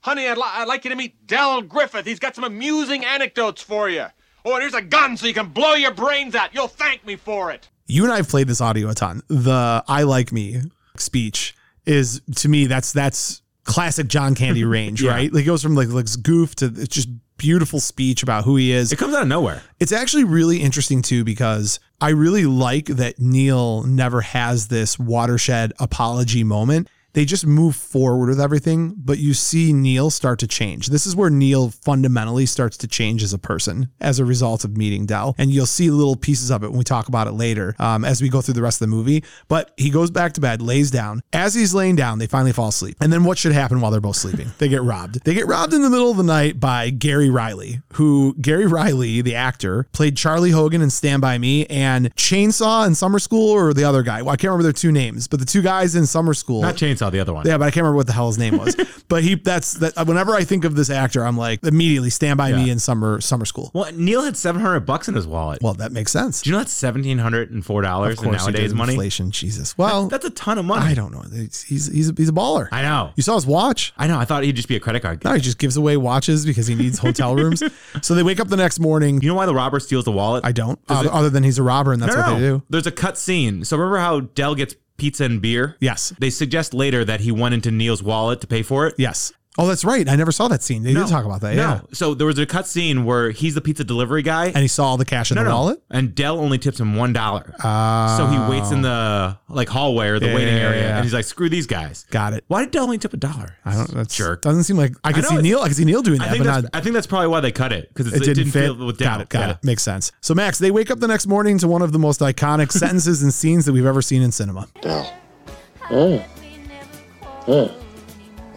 Speaker 7: Honey, I'd, li- I'd like you to meet Dell Griffith. He's got some amusing anecdotes for you. Oh, and here's a gun so you can blow your brains out. You'll thank me for it.
Speaker 2: You and I have played this audio a ton. The I like me speech is to me that's that's classic John Candy range, right? Like it goes from like looks goof to it's just beautiful speech about who he is.
Speaker 3: It comes out of nowhere.
Speaker 2: It's actually really interesting too because I really like that Neil never has this watershed apology moment. They just move forward with everything, but you see Neil start to change. This is where Neil fundamentally starts to change as a person as a result of meeting Dell. And you'll see little pieces of it when we talk about it later um, as we go through the rest of the movie. But he goes back to bed, lays down. As he's laying down, they finally fall asleep. And then what should happen while they're both sleeping? They get robbed. They get robbed in the middle of the night by Gary Riley, who Gary Riley, the actor, played Charlie Hogan in Stand By Me and Chainsaw in Summer School or the other guy. Well, I can't remember their two names, but the two guys in Summer School.
Speaker 3: Not Chainsaw, the other one.
Speaker 2: Yeah, but I can't remember what the hell his name was. but he that's that whenever I think of this actor, I'm like immediately stand by me
Speaker 3: Yeah.
Speaker 2: in summer summer school.
Speaker 3: Well, Neil had 700 bucks in his wallet.
Speaker 2: Well, that makes sense.
Speaker 3: Do you know that's $1,704 in
Speaker 2: he
Speaker 3: nowadays
Speaker 2: did.
Speaker 3: money?
Speaker 2: Inflation, Jesus. Well,
Speaker 3: That's a ton of money.
Speaker 2: I don't know. He's he's he's a, he's a baller.
Speaker 3: I know.
Speaker 2: You saw his watch.
Speaker 3: I know. I thought he'd just be a credit card. guy.
Speaker 2: Now he just gives away watches because he needs hotel rooms. So they wake up the next morning.
Speaker 3: You know why the robber steals the wallet?
Speaker 2: I don't. Other, other than he's a robber and that's
Speaker 3: No,
Speaker 2: what
Speaker 3: no,
Speaker 2: they
Speaker 3: no.
Speaker 2: do.
Speaker 3: There's a cut scene. So remember how Dell gets pizza and beer?
Speaker 2: Yes.
Speaker 3: They suggest later that he went into Neil's wallet to pay for it.
Speaker 2: Yes. Oh, that's right. I never saw that scene. They
Speaker 3: No.
Speaker 2: did talk about that.
Speaker 3: No.
Speaker 2: Yeah.
Speaker 3: So there was a cut scene where he's the pizza delivery guy.
Speaker 2: And he saw all the cash in
Speaker 3: no,
Speaker 2: the
Speaker 3: no.
Speaker 2: wallet.
Speaker 3: And Dell only tips him one dollar. so he waits in the like hallway or the
Speaker 2: Oh. Yeah,
Speaker 3: waiting
Speaker 2: yeah,
Speaker 3: area,
Speaker 2: yeah.
Speaker 3: and he's like, "Screw these guys."
Speaker 2: Got it.
Speaker 3: Why did Dell only tip a dollar?
Speaker 2: I don't. That's,
Speaker 3: jerk.
Speaker 2: Doesn't seem like I can
Speaker 3: know
Speaker 2: see
Speaker 3: it-
Speaker 2: Neil. I can see Neil doing
Speaker 3: I
Speaker 2: that,
Speaker 3: think
Speaker 2: but
Speaker 3: that's
Speaker 2: not.
Speaker 3: I think that's probably why they cut it because
Speaker 2: it didn't, fit.
Speaker 3: feel with Dell.
Speaker 2: Got it. Got
Speaker 3: Yeah.
Speaker 2: it. Makes sense. So Max, they wake up the next morning to one of the most iconic sentences and scenes that we've ever seen in cinema.
Speaker 9: Dell,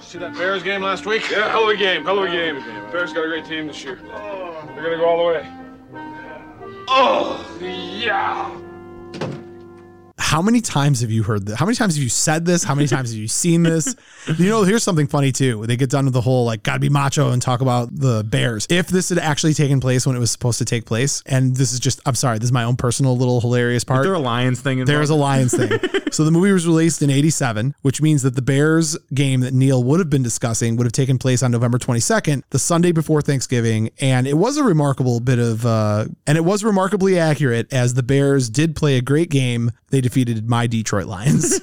Speaker 7: See that Bears game last week? Yeah, hell of a game, hell of a game. Bears got a great team this year. They're gonna go all the way. Oh, yeah.
Speaker 2: How many times have you heard that? How many times have you said this? How many times have you seen this? You know, here's something funny too. They get done with the whole like gotta be macho and talk about the bears. If this had actually taken place when it was supposed to take place, and this is just I'm sorry, this is my own personal little hilarious part.
Speaker 3: Is there a lions thing?
Speaker 2: There is a Lions thing. so the movie was released in 87, which means that the Bears game that Neil would have been discussing would have taken place on November 22nd, the Sunday before Thanksgiving. And it was a remarkable bit of, uh, and it was remarkably accurate as the Bears did play a great game. They defeated my Detroit Lions.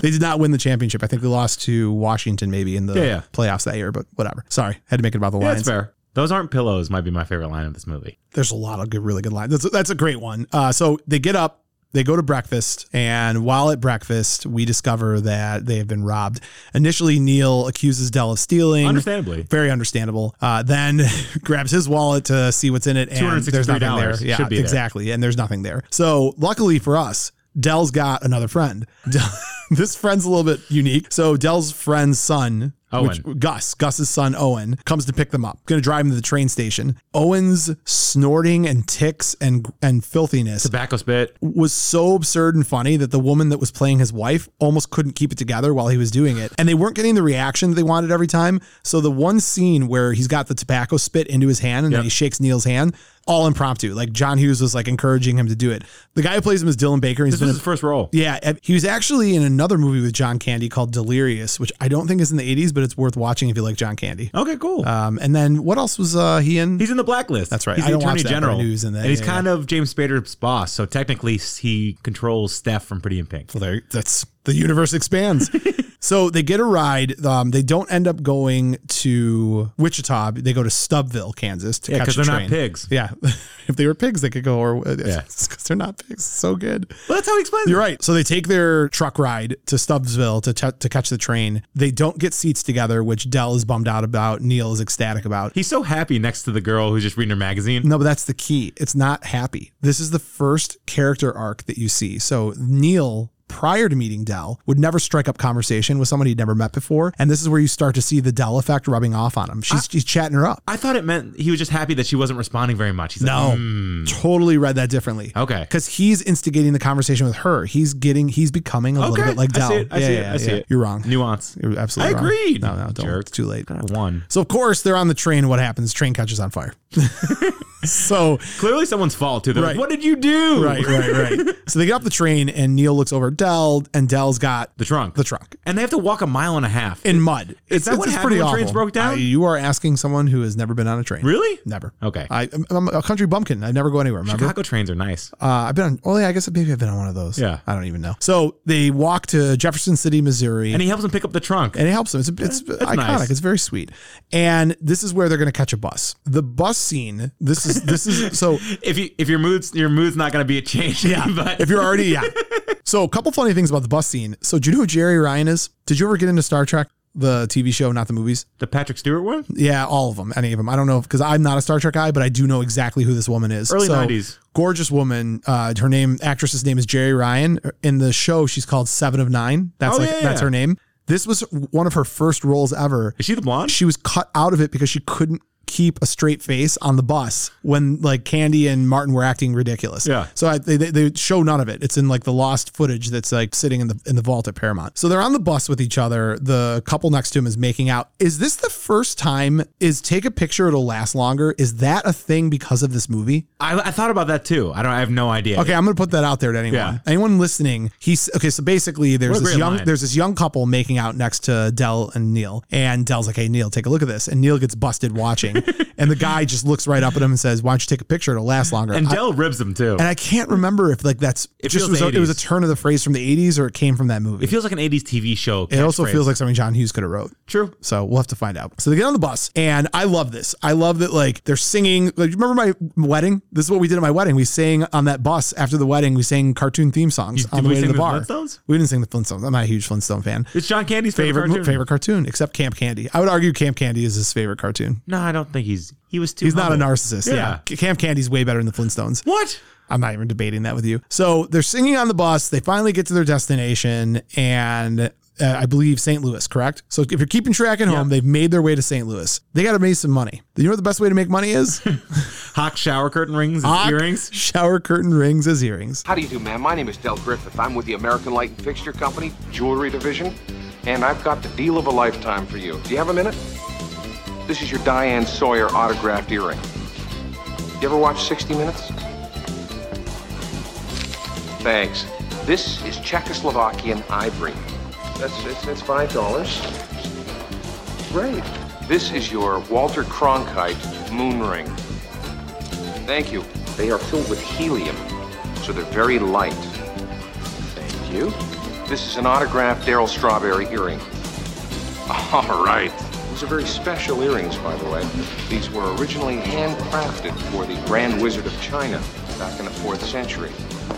Speaker 2: they did not win the championship. I think they lost to Washington maybe in the
Speaker 3: Yeah, yeah.
Speaker 2: playoffs that year, but whatever. Sorry, had to make it about the
Speaker 3: Yeah,
Speaker 2: Lions.
Speaker 3: that's fair. Those aren't pillows. Might be my favorite line of this movie.
Speaker 2: there's a lot of good, really good lines. That's that's a great one. Uh, so they get up, they go to breakfast, and while at breakfast, we discover that they have been robbed. Initially, Neil accuses Dell of stealing.
Speaker 3: Understandably.
Speaker 2: Very understandable. Uh, then grabs his wallet to see what's in it, and there's nothing there.
Speaker 3: $263
Speaker 2: Yeah,
Speaker 3: should be there.
Speaker 2: exactly. And there's nothing there. So luckily for us, Dell's got another friend. Dell- this friend's a little bit unique. So Dell's friend's son,
Speaker 3: Owen.
Speaker 2: Gus, Gus's son Owen, comes to pick them up. Going to drive them to the train station. Owen's snorting and ticks and and filthiness
Speaker 3: Tobacco spit.
Speaker 2: was so absurd and funny that the woman that was playing his wife almost couldn't keep it together while he was doing it. And they weren't getting the reaction that they wanted every time. So the one scene where he's got the tobacco spit into his hand and then
Speaker 3: Yep.
Speaker 2: he shakes Neil's hand, all impromptu. Like John Hughes was like encouraging him to do it. The guy who plays him is Dylan Baker. He's
Speaker 3: This was
Speaker 2: been a
Speaker 3: his first role.
Speaker 2: yeah, and he was actually in another movie with John Candy called Delirious, which I don't think is in the 80s, but it's worth watching if you like John Candy.
Speaker 3: Okay, cool.
Speaker 2: Um, and then what else was uh, he in?
Speaker 3: He's in the blacklist.
Speaker 2: That's right.
Speaker 3: He's
Speaker 2: I
Speaker 3: the
Speaker 2: don't watch
Speaker 3: attorney
Speaker 2: that, but I
Speaker 3: general.
Speaker 2: knew he was in that.
Speaker 3: And he's
Speaker 2: Yeah,
Speaker 3: kind of James Spader's boss. So technically, he controls Steph from Pretty in Pink.
Speaker 2: Well, there, that's the universe expands. so they get a ride. Um, they don't end up going to Wichita. They go to Stubbville, Kansas to
Speaker 3: Yeah,
Speaker 2: catch
Speaker 3: because
Speaker 2: a
Speaker 3: they're
Speaker 2: train.
Speaker 3: not pigs.
Speaker 2: Yeah. if they were pigs, they could go. Or
Speaker 3: Yeah.
Speaker 2: because they're not pigs. So good.
Speaker 3: Well, that's how he explains
Speaker 2: You're
Speaker 3: it.
Speaker 2: right. So they take their truck ride to Stubbsville to, t- to catch the train. They don't get seats together, which Dell is bummed out about. Neil is ecstatic about.
Speaker 3: He's so happy next to the girl who's just reading her magazine.
Speaker 2: No, but that's the key. It's not happy. This is the first character arc that you see. So Neil prior to meeting Dell would never strike up conversation with someone he'd never met before. And this is where you start to see the Dell effect rubbing off on him.
Speaker 3: Ah.
Speaker 2: She's, she's chatting her up.
Speaker 3: I thought it meant he was just happy that she wasn't responding very much. He's
Speaker 2: No,
Speaker 3: like, "Hmm, Oh.
Speaker 2: totally read that differently.
Speaker 3: Okay.
Speaker 2: because he's instigating the conversation with her. He's getting, he's becoming a little
Speaker 3: Okay.
Speaker 2: bit like
Speaker 3: I
Speaker 2: Dell.
Speaker 3: see it. I see it. I see it.
Speaker 2: You're wrong.
Speaker 3: nuance.
Speaker 2: You're absolutely.
Speaker 3: I
Speaker 2: wrong.
Speaker 3: agreed.
Speaker 2: No, no, don't.
Speaker 3: Jerk.
Speaker 2: It's too late.
Speaker 3: I won.
Speaker 2: So of course they're on the train. What happens? Train catches on fire. so
Speaker 3: Clearly someone's fault too. They're
Speaker 2: Right.
Speaker 3: like, what did you do?
Speaker 2: right, right, right. So they get off the train, and Neil looks over at Dell, and Dell's got
Speaker 3: The trunk.
Speaker 2: the trunk
Speaker 3: And they have to walk a mile and a half.
Speaker 2: in mud. It's,
Speaker 3: that
Speaker 2: it's,
Speaker 3: what
Speaker 2: it's
Speaker 3: happened
Speaker 2: pretty
Speaker 3: when
Speaker 2: awful.
Speaker 3: trains broke down?
Speaker 2: I- you are asking someone who has never been on a train.
Speaker 3: really?
Speaker 2: Never.
Speaker 3: Okay.
Speaker 2: I, I'm a country bumpkin. I never go anywhere. Remember?
Speaker 3: Chicago trains are nice.
Speaker 2: Uh, I've been on. Well, yeah, I guess maybe I've been on one of those.
Speaker 3: Yeah.
Speaker 2: I don't even know. So they walk to Jefferson City, Missouri,
Speaker 3: And he helps them pick up the trunk.
Speaker 2: and it helps them. It's it's iconic.
Speaker 3: nice.
Speaker 2: It's very sweet. And this is where they're going to catch a bus. The bus scene. This is this is so.
Speaker 3: if you if your mood's your mood's not gonna be a change. Yeah. but
Speaker 2: If you're already yeah. So a couple funny things about the bus scene. So do you know who Jerry Ryan is? Did you ever get into Star Trek? The TV show, not the movies.
Speaker 3: the Patrick Stewart one?
Speaker 2: Yeah, all of them, any of them. I don't know because I'm not a Star Trek guy, but I do know exactly who this woman is.
Speaker 3: Early
Speaker 2: So,
Speaker 3: 90s.
Speaker 2: gorgeous woman. Uh, her name, actress's name is Jerry Ryan. In the show, she's called Seven of Nine. That's
Speaker 3: Oh,
Speaker 2: like
Speaker 3: yeah,
Speaker 2: that's
Speaker 3: yeah.
Speaker 2: her name. This was one of her first roles ever.
Speaker 3: Is she the blonde?
Speaker 2: She was cut out of it because she couldn't keep a straight face on the bus when like Candy and Martin were acting ridiculous.
Speaker 3: Yeah.
Speaker 2: So I, they, they they show none of it. It's in like the lost footage that's like sitting in the in the vault at Paramount. So they're on the bus with each other. The couple next to him is making out. Is this the first time? Is take a picture? It'll last longer. Is that a thing because of this movie?
Speaker 3: I, I thought about that too. I don't I have no idea.
Speaker 2: Okay, I'm gonna put that out there to anyone.
Speaker 3: Yeah.
Speaker 2: Anyone listening, he's okay. So basically,
Speaker 3: What
Speaker 2: there's
Speaker 3: a
Speaker 2: this
Speaker 3: great
Speaker 2: young
Speaker 3: line.
Speaker 2: there's this young couple making out next to Dell and Neil, and Dell's like, "Hey, Neil, take a look at this," and Neil gets busted watching, and the guy just looks right up at him and says, "Why don't you take a picture? It'll last longer."
Speaker 3: And
Speaker 2: I-
Speaker 3: Dell ribs them too.
Speaker 2: and I can't remember if like that's
Speaker 3: It
Speaker 2: just was
Speaker 3: feels
Speaker 2: a, it was a
Speaker 3: 80s.
Speaker 2: turn of the phrase from the 80s or it came from that movie.
Speaker 3: it feels like an 80s TV show.
Speaker 2: It also
Speaker 3: catchphrase.
Speaker 2: feels like something John Hughes could have wrote.
Speaker 3: True.
Speaker 2: So we'll have to find out. So they get on the bus, and I love this. I love that like they're singing. Like, remember my wedding? This is what we did at my wedding. We sang on that bus after the wedding. We sang cartoon theme songs
Speaker 3: You-
Speaker 2: on
Speaker 3: did
Speaker 2: the
Speaker 3: we
Speaker 2: way to
Speaker 3: sing
Speaker 2: the
Speaker 3: the
Speaker 2: bar.
Speaker 3: Flintstones?
Speaker 2: We didn't sing the Flintstones. I'm not a huge Flintstone fan.
Speaker 3: It's John Candy's favorite
Speaker 2: Favorite
Speaker 3: cartoon.
Speaker 2: favorite cartoon, except Camp Candy. I would argue Camp Candy is his favorite cartoon.
Speaker 3: No, I don't think he's he was too.
Speaker 2: He's not a
Speaker 3: humble.
Speaker 2: narcissist. Yeah. Camp Candy's way better than the Flintstones.
Speaker 3: What?
Speaker 2: I'm not even debating that with you. So they're singing on the bus. They finally get to their destination, and uh, I believe St. Louis, correct? So if you're keeping track at home, they've made their way to St. Louis. They got to make some money. You know what the best way to make money is?
Speaker 3: Hawk shower curtain rings, and
Speaker 2: Hawk
Speaker 3: earrings.
Speaker 2: shower curtain rings as earrings.
Speaker 6: How do you do, ma'am? My name is Del Griffith. I'm with the American Light and Fixture Company, Jewelry Division, and I've got the deal of a lifetime for you. Do you have a minute? This is your Diane Sawyer autographed earring. You ever watch 60 Minutes? Thanks. This is Czechoslovakian ivory. That's, that's, that's five dollars. Great. This is your Walter Cronkite moon ring. Thank you. They are filled with helium, so they're very light. Thank you. This is an autographed Daryl Strawberry earring. All right. These are very special earrings, by the way. These were originally handcrafted for the Grand Wizard of China back in the 4th century.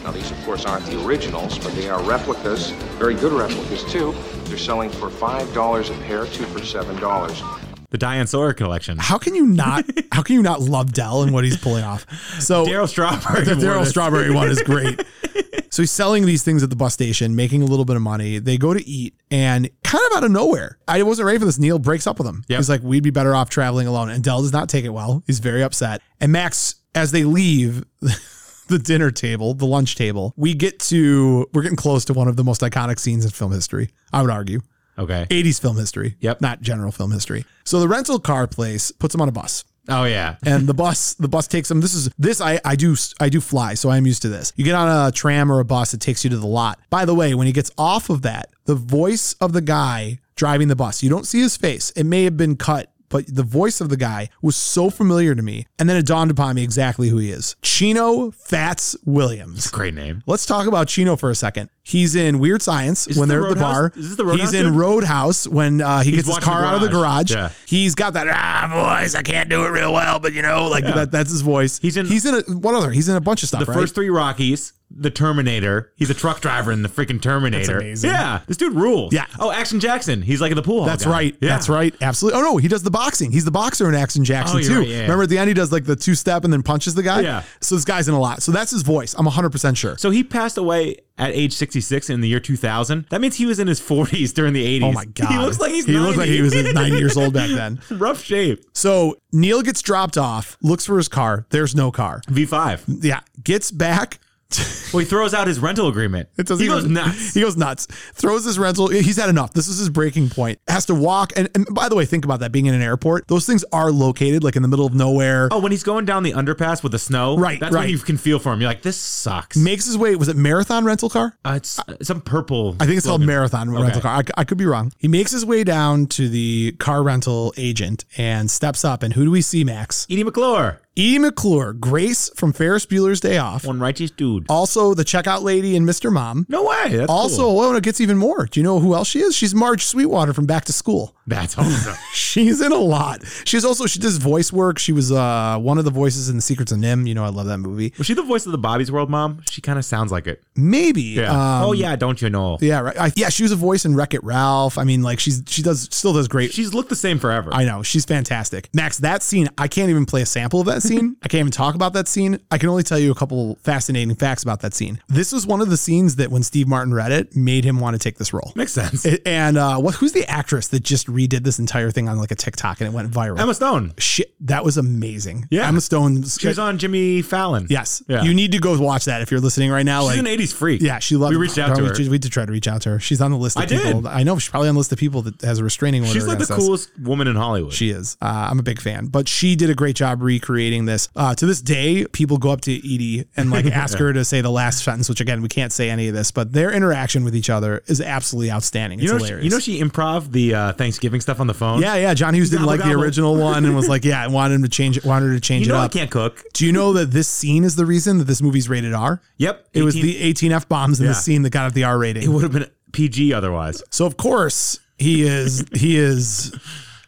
Speaker 6: Now, these, of course, aren't the originals, but they are replicas, very good replicas, too. They're selling for $5 a pair, two for $7.
Speaker 3: The Diane Sawyer collection.
Speaker 2: How can you not? how can you not love Dell and what he's pulling off? So
Speaker 3: Daryl Strawberry.
Speaker 2: The
Speaker 3: wore
Speaker 2: Daryl
Speaker 3: this.
Speaker 2: Strawberry one is great. So he's selling these things at the bus station, making a little bit of money. They go to eat, and kind of out of nowhere, I wasn't ready for this. Neil breaks up with him.
Speaker 3: Yep.
Speaker 2: He's like, "We'd be better off traveling alone." And Dell does not take it well. He's very upset. And Max, as they leave. The dinner table, the lunch table. We get to, we're getting close to one of the most iconic scenes in film history, I would argue.
Speaker 3: Okay.
Speaker 2: 80s film history.
Speaker 3: Yep.
Speaker 2: Not general film history. So the rental car place puts him on a bus
Speaker 3: Oh yeah.
Speaker 2: and the bus the bus takes them this is this I, I do I do fly so I'm used to this you get on a tram or a bus it takes you to the lot by the way when he gets off of that the voice of the guy driving the bus you don't see his face it may have been cut but the voice of the guy was so familiar to me and then it dawned upon me exactly who he is Chino Fats Williams
Speaker 3: Great name.
Speaker 2: Let's talk about Chino for a second. He's in Weird Science
Speaker 3: Is
Speaker 2: when
Speaker 3: this
Speaker 2: they're
Speaker 3: the
Speaker 2: at the bar.
Speaker 3: Roadhouse? Is this the Roadhouse
Speaker 2: He's in
Speaker 3: dude?
Speaker 2: Roadhouse when uh, he gets his
Speaker 3: watching
Speaker 2: car out of the
Speaker 3: Garage.
Speaker 2: garage.
Speaker 3: Yeah.
Speaker 2: He's got that ah voice. I can't do it real well, but you know, like that, that's his voice.
Speaker 3: He's in-
Speaker 2: He's in a, what other? He's in a bunch of stuff.
Speaker 3: The
Speaker 2: right?
Speaker 3: first three Rockies. the Terminator. He's a truck driver in the freaking Terminator.
Speaker 2: amazing.
Speaker 3: Yeah, this dude rules.
Speaker 2: Yeah.
Speaker 3: Oh, Action Jackson. He's like in the pool. hall
Speaker 2: That's
Speaker 3: guy.
Speaker 2: right.
Speaker 3: Yeah.
Speaker 2: That's right. Absolutely. Oh no, he does the boxing. He's the boxer in Action Jackson
Speaker 3: Oh, you're
Speaker 2: too.
Speaker 3: right. Yeah, yeah.
Speaker 2: Remember at the end he does like the two step and then punches the guy.
Speaker 3: Yeah.
Speaker 2: So this guy's in a lot. So that's his voice. I'm 100 percent sure.
Speaker 3: So he passed away at age 66 in the year 2000. That means he was in his 40s during the 80s.
Speaker 2: Oh my god.
Speaker 3: He looks like he's
Speaker 2: he looks like he was
Speaker 3: 90.
Speaker 2: 90 years old back then.
Speaker 3: rough shape.
Speaker 2: So Neil gets dropped off, looks for his car. There's no car.
Speaker 3: V5.
Speaker 2: Yeah, gets back.
Speaker 3: Well, he throws out his rental agreement.
Speaker 2: It doesn't
Speaker 3: he goes
Speaker 2: even-
Speaker 3: nuts.
Speaker 2: He goes nuts. Throws his rental. He's had enough. This is his breaking point. Has to walk. And, and by the way, think about that. Being in an airport, those things are located like in the middle of nowhere.
Speaker 3: Oh, when he's going down the underpass with the snow,
Speaker 2: Right,
Speaker 3: That's
Speaker 2: right.
Speaker 3: when you can feel for him. You're like, this sucks.
Speaker 2: Makes his way. Was it Marathon Rental Car?
Speaker 3: Uh, it's uh, some purple.
Speaker 2: I think it's called
Speaker 3: slogan.
Speaker 2: Marathon Rental
Speaker 3: Okay.
Speaker 2: Car. I, I could be wrong. He makes his way down to the car rental agent and steps up. And who do we see, Max?
Speaker 3: Edie McClure,
Speaker 2: Edie McClure, Grace from Ferris Bueller's Day Off.
Speaker 3: one righteous dude.
Speaker 2: Also, the checkout lady and Mr. Mom.
Speaker 3: no way. That's
Speaker 2: Also,
Speaker 3: cool.
Speaker 2: oh, and it gets even more. Do you know who else she is? She's Marge Sweetwater from Back to School.
Speaker 3: that's awesome.
Speaker 2: She's in a lot. She's also she does voice work. She was uh one of the voices in The Secrets of Nim. You know, I love that movie.
Speaker 3: was she the voice of the Bobby's World mom? She kind of sounds like it.
Speaker 2: Maybe.
Speaker 3: Yeah.
Speaker 2: Um,
Speaker 3: oh yeah, don't you know?
Speaker 2: Yeah. Right. I, yeah. She was a voice in Wreck It Ralph. I mean, like she's she does still does great.
Speaker 3: She's looked the same forever.
Speaker 2: I know she's fantastic. Max, that scene I can't even play a sample of that scene. I can't even talk about that scene. I can only tell you a couple fascinating facts about that scene. This was one of the scenes that when Steve Martin read it made him want to take this role.
Speaker 3: Makes sense.
Speaker 2: It- And uh, what, who's the actress that just redid this entire thing on like a TikTok and it went viral?
Speaker 3: Emma Stone.
Speaker 2: Shit, that was amazing.
Speaker 3: Yeah.
Speaker 2: Emma Stone. uh,
Speaker 3: She was on Jimmy Fallon.
Speaker 2: Yes,
Speaker 3: Yeah.
Speaker 2: you need to go watch that if you're listening right now. like,
Speaker 3: She's an 80s freak.
Speaker 2: yeah, she loved.
Speaker 3: We reached out to
Speaker 2: we,
Speaker 3: her.
Speaker 2: did- We did try to reach out to her. She's on the list. Of
Speaker 3: I did.
Speaker 2: people. I know she's probably on the list of people that has a restraining order.
Speaker 3: She's like the
Speaker 2: against us.
Speaker 3: coolest woman in Hollywood.
Speaker 2: She is. Uh, I'm a big fan, but she did a great job recreating this. Uh, to this day, people go up to Edie and like ask her to say the last sentence, which again we can't say any of this, but their interaction with each other is absolutely outstanding. It's
Speaker 3: you know, she,
Speaker 2: hilarious.
Speaker 3: you know, she improv the uh, Thanksgiving stuff on the phone.
Speaker 2: yeah, yeah. John Hughes didn't
Speaker 3: Gobble,
Speaker 2: like the
Speaker 3: gobble.
Speaker 2: original one and was like, yeah, I wanted him to change it. Wanted her to change
Speaker 3: You know,
Speaker 2: it
Speaker 3: I
Speaker 2: up.
Speaker 3: can't cook.
Speaker 2: Do you know that this scene is the reason that this movie's rated R?
Speaker 3: Yep.
Speaker 2: It was
Speaker 3: 18
Speaker 2: the 18 F bombs in the
Speaker 3: Yeah.
Speaker 2: scene that got it the R rating.
Speaker 3: It would have been PG otherwise.
Speaker 2: so of course he is he is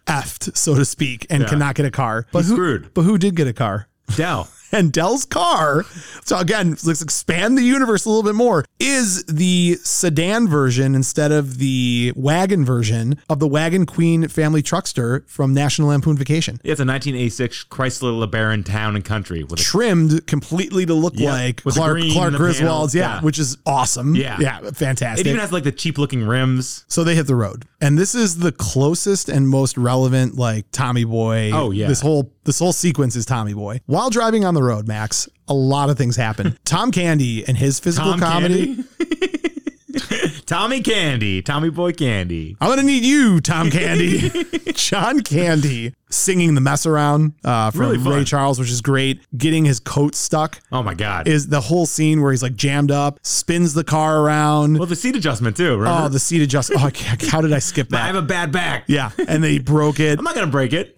Speaker 2: effed, so to speak, and
Speaker 3: Yeah.
Speaker 2: cannot get a car. But
Speaker 3: He's
Speaker 2: who,
Speaker 3: screwed.
Speaker 2: But who did get a car?
Speaker 3: Dell.
Speaker 2: And Dell's car, so again, let's expand the universe a little bit more, is the sedan version instead of the wagon version of the Wagon Queen family truckster from National Lampoon Vacation.
Speaker 3: It's a 1986 Chrysler LeBaron Town and Country with a
Speaker 2: Trimmed completely to look
Speaker 3: Yeah,
Speaker 2: like
Speaker 3: with the
Speaker 2: Clark,
Speaker 3: green and
Speaker 2: Clark
Speaker 3: the panel.
Speaker 2: Griswold's, yeah,
Speaker 3: Yeah.
Speaker 2: which is awesome.
Speaker 3: Yeah.
Speaker 2: Yeah,
Speaker 3: It
Speaker 2: fantastic.
Speaker 3: even has like the cheap looking rims.
Speaker 2: So they hit the road. And this is the closest and most relevant like Tommy Boy.
Speaker 3: Oh, yeah.
Speaker 2: This whole this whole sequence is Tommy Boy. While driving on the road, Max, a lot of things happen. Tom Candy and his physical
Speaker 3: Tom
Speaker 2: comedy.
Speaker 3: Candy. Tommy Candy. Tommy Boy Candy.
Speaker 2: I'm gonna need you, Tom Candy. John Candy singing the mess around uh, from
Speaker 3: Really fun.
Speaker 2: Ray Charles, which is great. Getting his coat stuck
Speaker 3: Oh my God.
Speaker 2: is the whole scene where he's like jammed up, spins the car around.
Speaker 3: well, the seat adjustment too,
Speaker 2: oh,
Speaker 3: remember?
Speaker 2: the seat adjustment. Oh, I can't- how did I skip
Speaker 3: I have
Speaker 2: that?
Speaker 3: a bad back.
Speaker 2: Yeah, and they broke it.
Speaker 3: I'm not going to break it.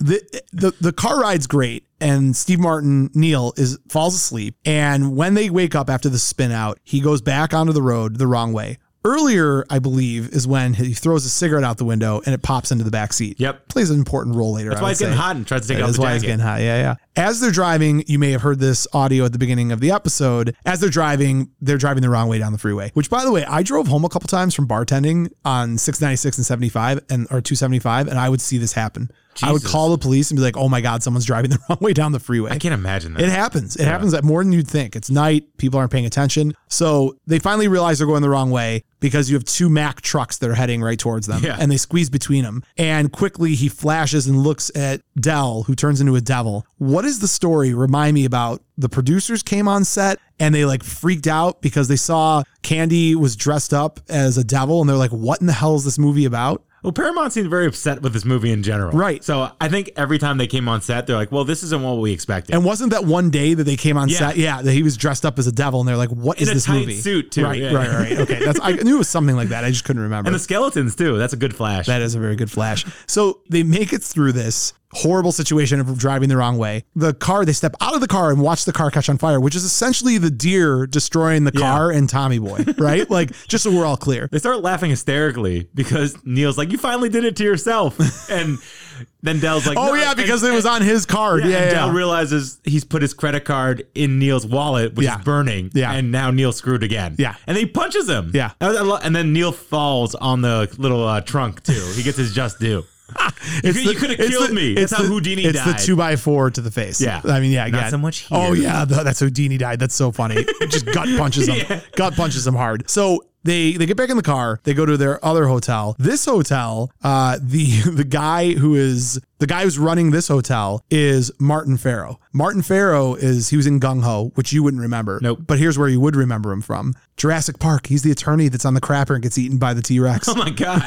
Speaker 2: the the the car ride's great and Steve Martin Neil is falls asleep and when they wake up after the spin out he goes back onto the road the wrong way earlier I believe is when he throws a cigarette out the window and it pops into the back seat
Speaker 3: Yep.
Speaker 2: plays an important role later
Speaker 3: That's
Speaker 2: I
Speaker 3: why
Speaker 2: would
Speaker 3: it's getting
Speaker 2: say.
Speaker 3: hot and tries to take
Speaker 2: That
Speaker 3: off
Speaker 2: is
Speaker 3: the
Speaker 2: why it's
Speaker 3: jacket.
Speaker 2: getting hot. Yeah, yeah. As they're driving, you may have heard this audio at the beginning of the episode. As they're driving, they're driving the wrong way down the freeway. Which, by the way, I drove home a couple times from bartending on 696 and 75 and or 275, and I would see this happen. I would
Speaker 3: Jesus.
Speaker 2: call the police and be like, "Oh my God, someone's driving the wrong way down the freeway."
Speaker 3: I can't imagine that.
Speaker 2: It happens. It happens at more than you'd think. It's night. People aren't paying attention. So they finally realize they're going the wrong way because you have two Mack trucks that are heading right towards them
Speaker 3: Yeah.
Speaker 2: and they squeeze between them. And quickly he flashes and looks at Dell, who turns into a devil. What is the story? Remind me about the producers came on set and they like freaked out because they saw Candy was dressed up as a devil and they're like, what in the hell is this movie about?
Speaker 3: Well, Paramount seemed very upset with this movie in general.
Speaker 2: Right.
Speaker 3: So I think every time they came on set, they're like, well, this isn't what we expected.
Speaker 2: And wasn't that one day that they came on
Speaker 3: Yeah.
Speaker 2: set? Yeah, that he was dressed up as a devil, and they're like, "What is
Speaker 3: In a
Speaker 2: this
Speaker 3: tight
Speaker 2: movie?"
Speaker 3: suit, too,
Speaker 2: Right,
Speaker 3: yeah.
Speaker 2: right, right. Okay, that's I knew it was something like that. I just couldn't remember.
Speaker 3: And the skeletons, too. That's a good flash.
Speaker 2: that is a very good flash. So they make it through this horrible situation of driving the wrong way. The car, they step out of the car and watch the car catch on fire, which is essentially the deer destroying the car and Tommy Boy, right? like, just so we're all clear.
Speaker 3: they start laughing hysterically because Neil's like, you finally did it to yourself. and Then Dell's like,
Speaker 2: Oh
Speaker 3: "No,"
Speaker 2: yeah,
Speaker 3: and-
Speaker 2: because it was on his card.
Speaker 3: Yeah,
Speaker 2: Yeah,
Speaker 3: and Dell
Speaker 2: yeah.
Speaker 3: realizes he's put his credit card in Neil's wallet, which
Speaker 2: Yeah.
Speaker 3: is burning.
Speaker 2: Yeah.
Speaker 3: And now Neil's screwed again.
Speaker 2: Yeah.
Speaker 3: And he punches him.
Speaker 2: Yeah.
Speaker 3: And I lo- and then Neil falls on the little uh, trunk, too. He gets his just due.
Speaker 2: It's
Speaker 3: you coulda
Speaker 2: it's
Speaker 3: killed me. That's
Speaker 2: it's
Speaker 3: how Houdini
Speaker 2: it's
Speaker 3: died.
Speaker 2: the two by four to the face.
Speaker 3: Yeah.
Speaker 2: I mean, yeah,
Speaker 3: Not
Speaker 2: again.
Speaker 3: so much here.
Speaker 2: Oh yeah, th- that's Houdini died. That's so funny. Just gut punches him.
Speaker 3: Yeah.
Speaker 2: Gut punches him hard. So. They, they get back in the car. They go to their other hotel. This hotel, uh, the the guy who is the guy who's running this hotel is Martin Farrow. Martin Farrow is he was in Gung Ho, which you wouldn't remember.
Speaker 3: Nope.
Speaker 2: But here's where you would remember him from Jurassic Park. He's the attorney that's on the crapper and gets eaten by the T Rex.
Speaker 3: Oh, my God.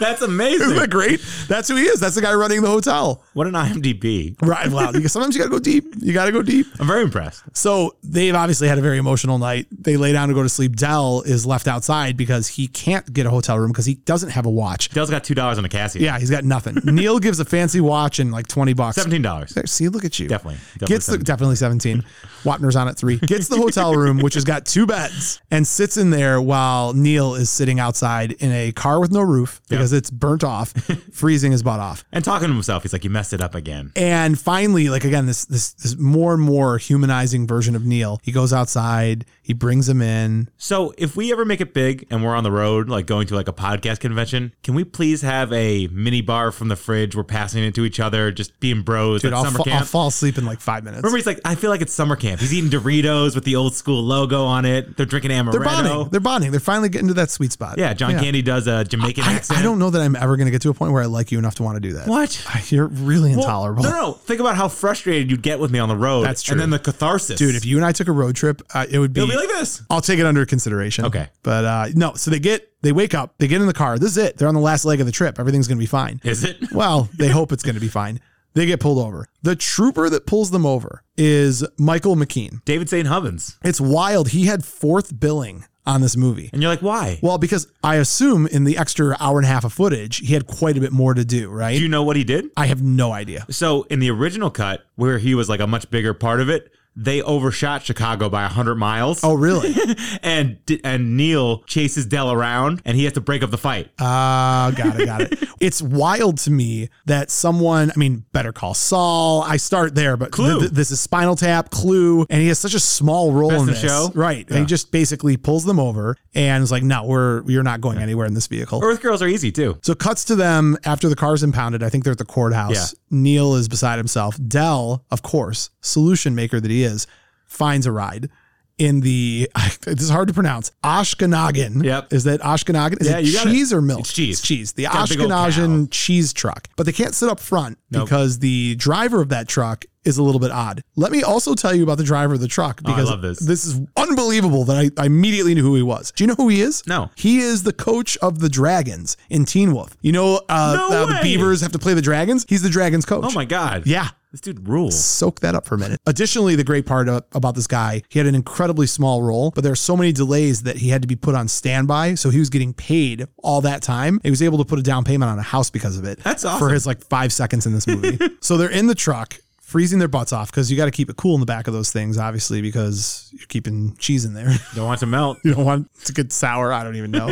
Speaker 3: That's amazing.
Speaker 2: Isn't that great? That's who he is. That's the guy running the hotel.
Speaker 3: what an IMDb.
Speaker 2: Right. Wow. You- Sometimes you got to go deep. You got to go deep.
Speaker 3: I'm very impressed.
Speaker 2: So they've obviously had a very emotional night. They lay down to go to sleep. Dell is left outside because he can't get a hotel room because he doesn't have a watch.
Speaker 3: Dell's got $2 on a Casio.
Speaker 2: Yeah, he's got nothing. Neil gives a fancy watch and like 20 bucks.
Speaker 3: $17.
Speaker 2: See, look at you.
Speaker 3: Definitely. Definitely
Speaker 2: Gets the,
Speaker 3: 17.
Speaker 2: definitely 17. Wapner's on at three. Gets the hotel room, which has got two beds, and sits in there while Neil is sitting outside in a car with no roof because it's burnt off, freezing his butt off.
Speaker 3: And talking to himself, he's like, you messed it up again.
Speaker 2: And finally, like again, this this this more and more humanizing version of Neil. He goes outside, he brings him in.
Speaker 3: So if we ever make it big and we're on the road, like going to like a podcast convention, can we please have a mini bar from the fridge? We're passing it to each other, just being bros
Speaker 2: Dude,
Speaker 3: at
Speaker 2: I'll,
Speaker 3: summer
Speaker 2: fa- I'll
Speaker 3: camp.
Speaker 2: fall asleep in like five minutes.
Speaker 3: Remember, he's like, I feel like it's summer camp. He's eating Doritos with the old school logo on it. They're drinking amaretto.
Speaker 2: They're bonding. They're bonding. They're finally getting to that sweet spot.
Speaker 3: yeah, John Candy does a Jamaican
Speaker 2: I,
Speaker 3: accent.
Speaker 2: I don't know that I'm ever going to get to a point where I like you enough to want to do that.
Speaker 3: What?
Speaker 2: You're really
Speaker 3: Well,
Speaker 2: intolerable.
Speaker 3: no, no. Think about how frustrated you'd get with me on the road.
Speaker 2: That's true.
Speaker 3: And then the catharsis,
Speaker 2: Dude, if you and I took a road trip, uh, it would be,
Speaker 3: it'll be like this.
Speaker 2: I'll take it under consideration.
Speaker 3: Okay.
Speaker 2: But uh, no, so they get, they wake up, they get in the car. This is it. They're on the last leg of the trip. Everything's going to be fine.
Speaker 3: Is it?
Speaker 2: Well, they hope it's going to be fine. They get pulled over. The trooper that pulls them over is Michael McKean.
Speaker 3: David St. Hubbins.
Speaker 2: It's wild. He had fourth billing on this movie.
Speaker 3: And you're like, why?
Speaker 2: Well, because I assume in the extra hour and a half of footage, he had quite a bit more to do, right?
Speaker 3: Do you know what he did?
Speaker 2: I have no idea.
Speaker 3: So in the original cut, where he was like a much bigger part of it, they overshot Chicago by 100 miles.
Speaker 2: Oh, really?
Speaker 3: and and Neil chases Dell around, and he has to break up the fight.
Speaker 2: Ah, got it, got it. It's wild to me that someone, I mean, Better Call Saul. I start there, but
Speaker 3: Clue.
Speaker 2: th- this is Spinal Tap, Clue, and he has such a small role
Speaker 3: Best
Speaker 2: in
Speaker 3: in
Speaker 2: this,
Speaker 3: Show?
Speaker 2: right? And he just basically pulls them over and is like, "No, we're you're not going anywhere in this vehicle."
Speaker 3: Earth girls are easy too.
Speaker 2: So it cuts to them after the car's impounded. I think they're at the courthouse.
Speaker 3: Yeah.
Speaker 2: Neil is beside himself. Dell, of course, solution maker that he is, finds a ride in the this is hard to pronounce. Ashkenagan.
Speaker 3: Yep.
Speaker 2: Is that Ashkenagan? Is
Speaker 3: Yeah,
Speaker 2: it
Speaker 3: you got it.
Speaker 2: cheese or milk?
Speaker 3: It's cheese.
Speaker 2: cheese. The
Speaker 3: got a big old
Speaker 2: Ashkenagan cheese truck. But they can't sit up front because the driver of that truck is a little bit odd. Let me also tell you about the driver of the truck
Speaker 3: Oh, I
Speaker 2: because
Speaker 3: love this.
Speaker 2: is unbelievable that I, I immediately knew who he was. Do you know who he is?
Speaker 3: No.
Speaker 2: He is the coach of the Dragons in Teen Wolf. You know, uh,
Speaker 3: No
Speaker 2: how the
Speaker 3: way!
Speaker 2: Beavers have to play the Dragons. He's the Dragons coach.
Speaker 3: Oh my god.
Speaker 2: Yeah.
Speaker 3: This dude rules.
Speaker 2: Soak that up for a minute. Additionally, the great part of, about this guy, he had an incredibly small role, but there are so many delays that he had to be put on standby. So he was getting paid all that time. He was able to put a down payment on a house because of it.
Speaker 3: That's awesome.
Speaker 2: For his like five seconds in this movie. so they're in the truck. Freezing their butts off because you got to keep it cool in the back of those things, obviously, because you're keeping cheese in there.
Speaker 3: Don't want to melt.
Speaker 2: You don't want to get sour. I don't even know.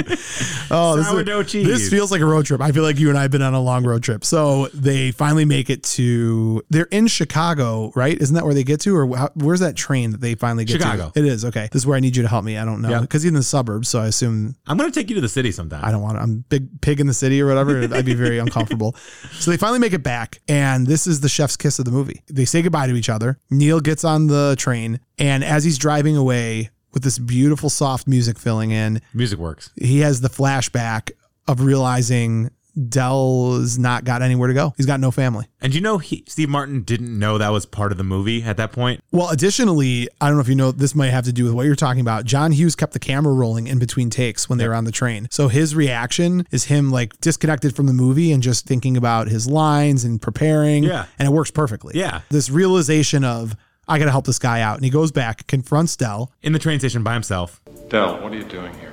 Speaker 2: Oh, this,
Speaker 3: Sourdough
Speaker 2: is,
Speaker 3: cheese.
Speaker 2: this feels like a road trip. I feel like you and I have been on a long road trip. So they finally make it to. They're in Chicago, right? Isn't that where they get to, or how, where's that train that they finally get
Speaker 3: Chicago.
Speaker 2: to? It is okay. This is where I need you to help me. I don't know
Speaker 3: Yeah.
Speaker 2: because he's in the suburbs, so I assume
Speaker 3: I'm gonna take you to the city sometime.
Speaker 2: I don't want. to. I'm big pig in the city or whatever. I'd be very uncomfortable. So they finally make it back, and this is the chef's kiss of the movie. They say goodbye to each other. Neil gets on the train, and as he's driving away with this beautiful soft music filling in,
Speaker 3: Music works.
Speaker 2: he has the flashback of realizing Dell's not got anywhere to go. He's got no family.
Speaker 3: And you know, he, Steve Martin didn't know that was part of the movie at that point.
Speaker 2: Well, additionally, I don't know if you know, this might have to do with what you're talking about. John Hughes kept the camera rolling in between takes when they were on the train. So his reaction is him like disconnected from the movie and just thinking about his lines and preparing.
Speaker 3: Yeah.
Speaker 2: And it works perfectly.
Speaker 3: Yeah.
Speaker 2: This realization of, I got to help this guy out. And he goes back, confronts Dell.
Speaker 3: In the train station by himself.
Speaker 6: Dell, what are you doing here?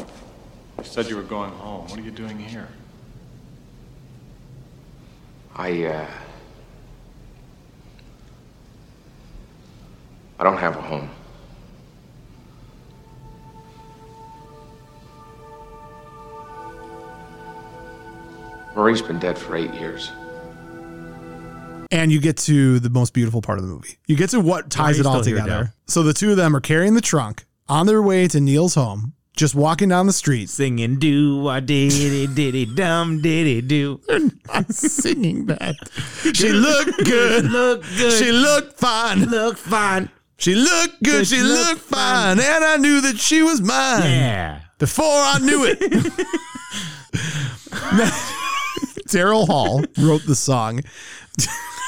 Speaker 7: You said you were going home. What are you doing here?
Speaker 6: I, uh. I don't have a home. Marie's been dead for eight years.
Speaker 2: and you get to the most beautiful part of the movie. You get to what ties
Speaker 3: he's
Speaker 2: it all
Speaker 3: still here,
Speaker 2: together.
Speaker 3: Dad.
Speaker 2: So the two of them are carrying the trunk on their way to Neil's home, just walking down the street.
Speaker 3: Singing do I diddy diddy dum diddy do.
Speaker 2: singing that. She looked good.
Speaker 3: Look good.
Speaker 2: She looked fine.
Speaker 3: look fine.
Speaker 2: She looked good.
Speaker 3: Good,
Speaker 2: She
Speaker 3: she
Speaker 2: looked
Speaker 3: looked
Speaker 2: fine. And I knew that she was mine
Speaker 3: Yeah.
Speaker 2: before I knew it. Daryl Hall wrote the song.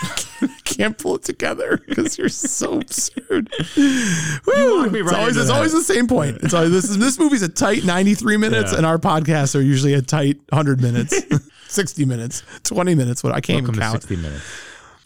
Speaker 2: I can't pull it together because you're so absurd. Woo!
Speaker 3: me
Speaker 2: it's
Speaker 3: right
Speaker 2: always,
Speaker 3: into
Speaker 2: it's
Speaker 3: that.
Speaker 2: always the same point. It's always, this is this movie's a tight 93 minutes,
Speaker 3: Yeah.
Speaker 2: and our podcasts are usually a tight 100 minutes, 60 minutes, 20 minutes. What I can't even
Speaker 3: Welcome to
Speaker 2: count.
Speaker 3: 60 minutes.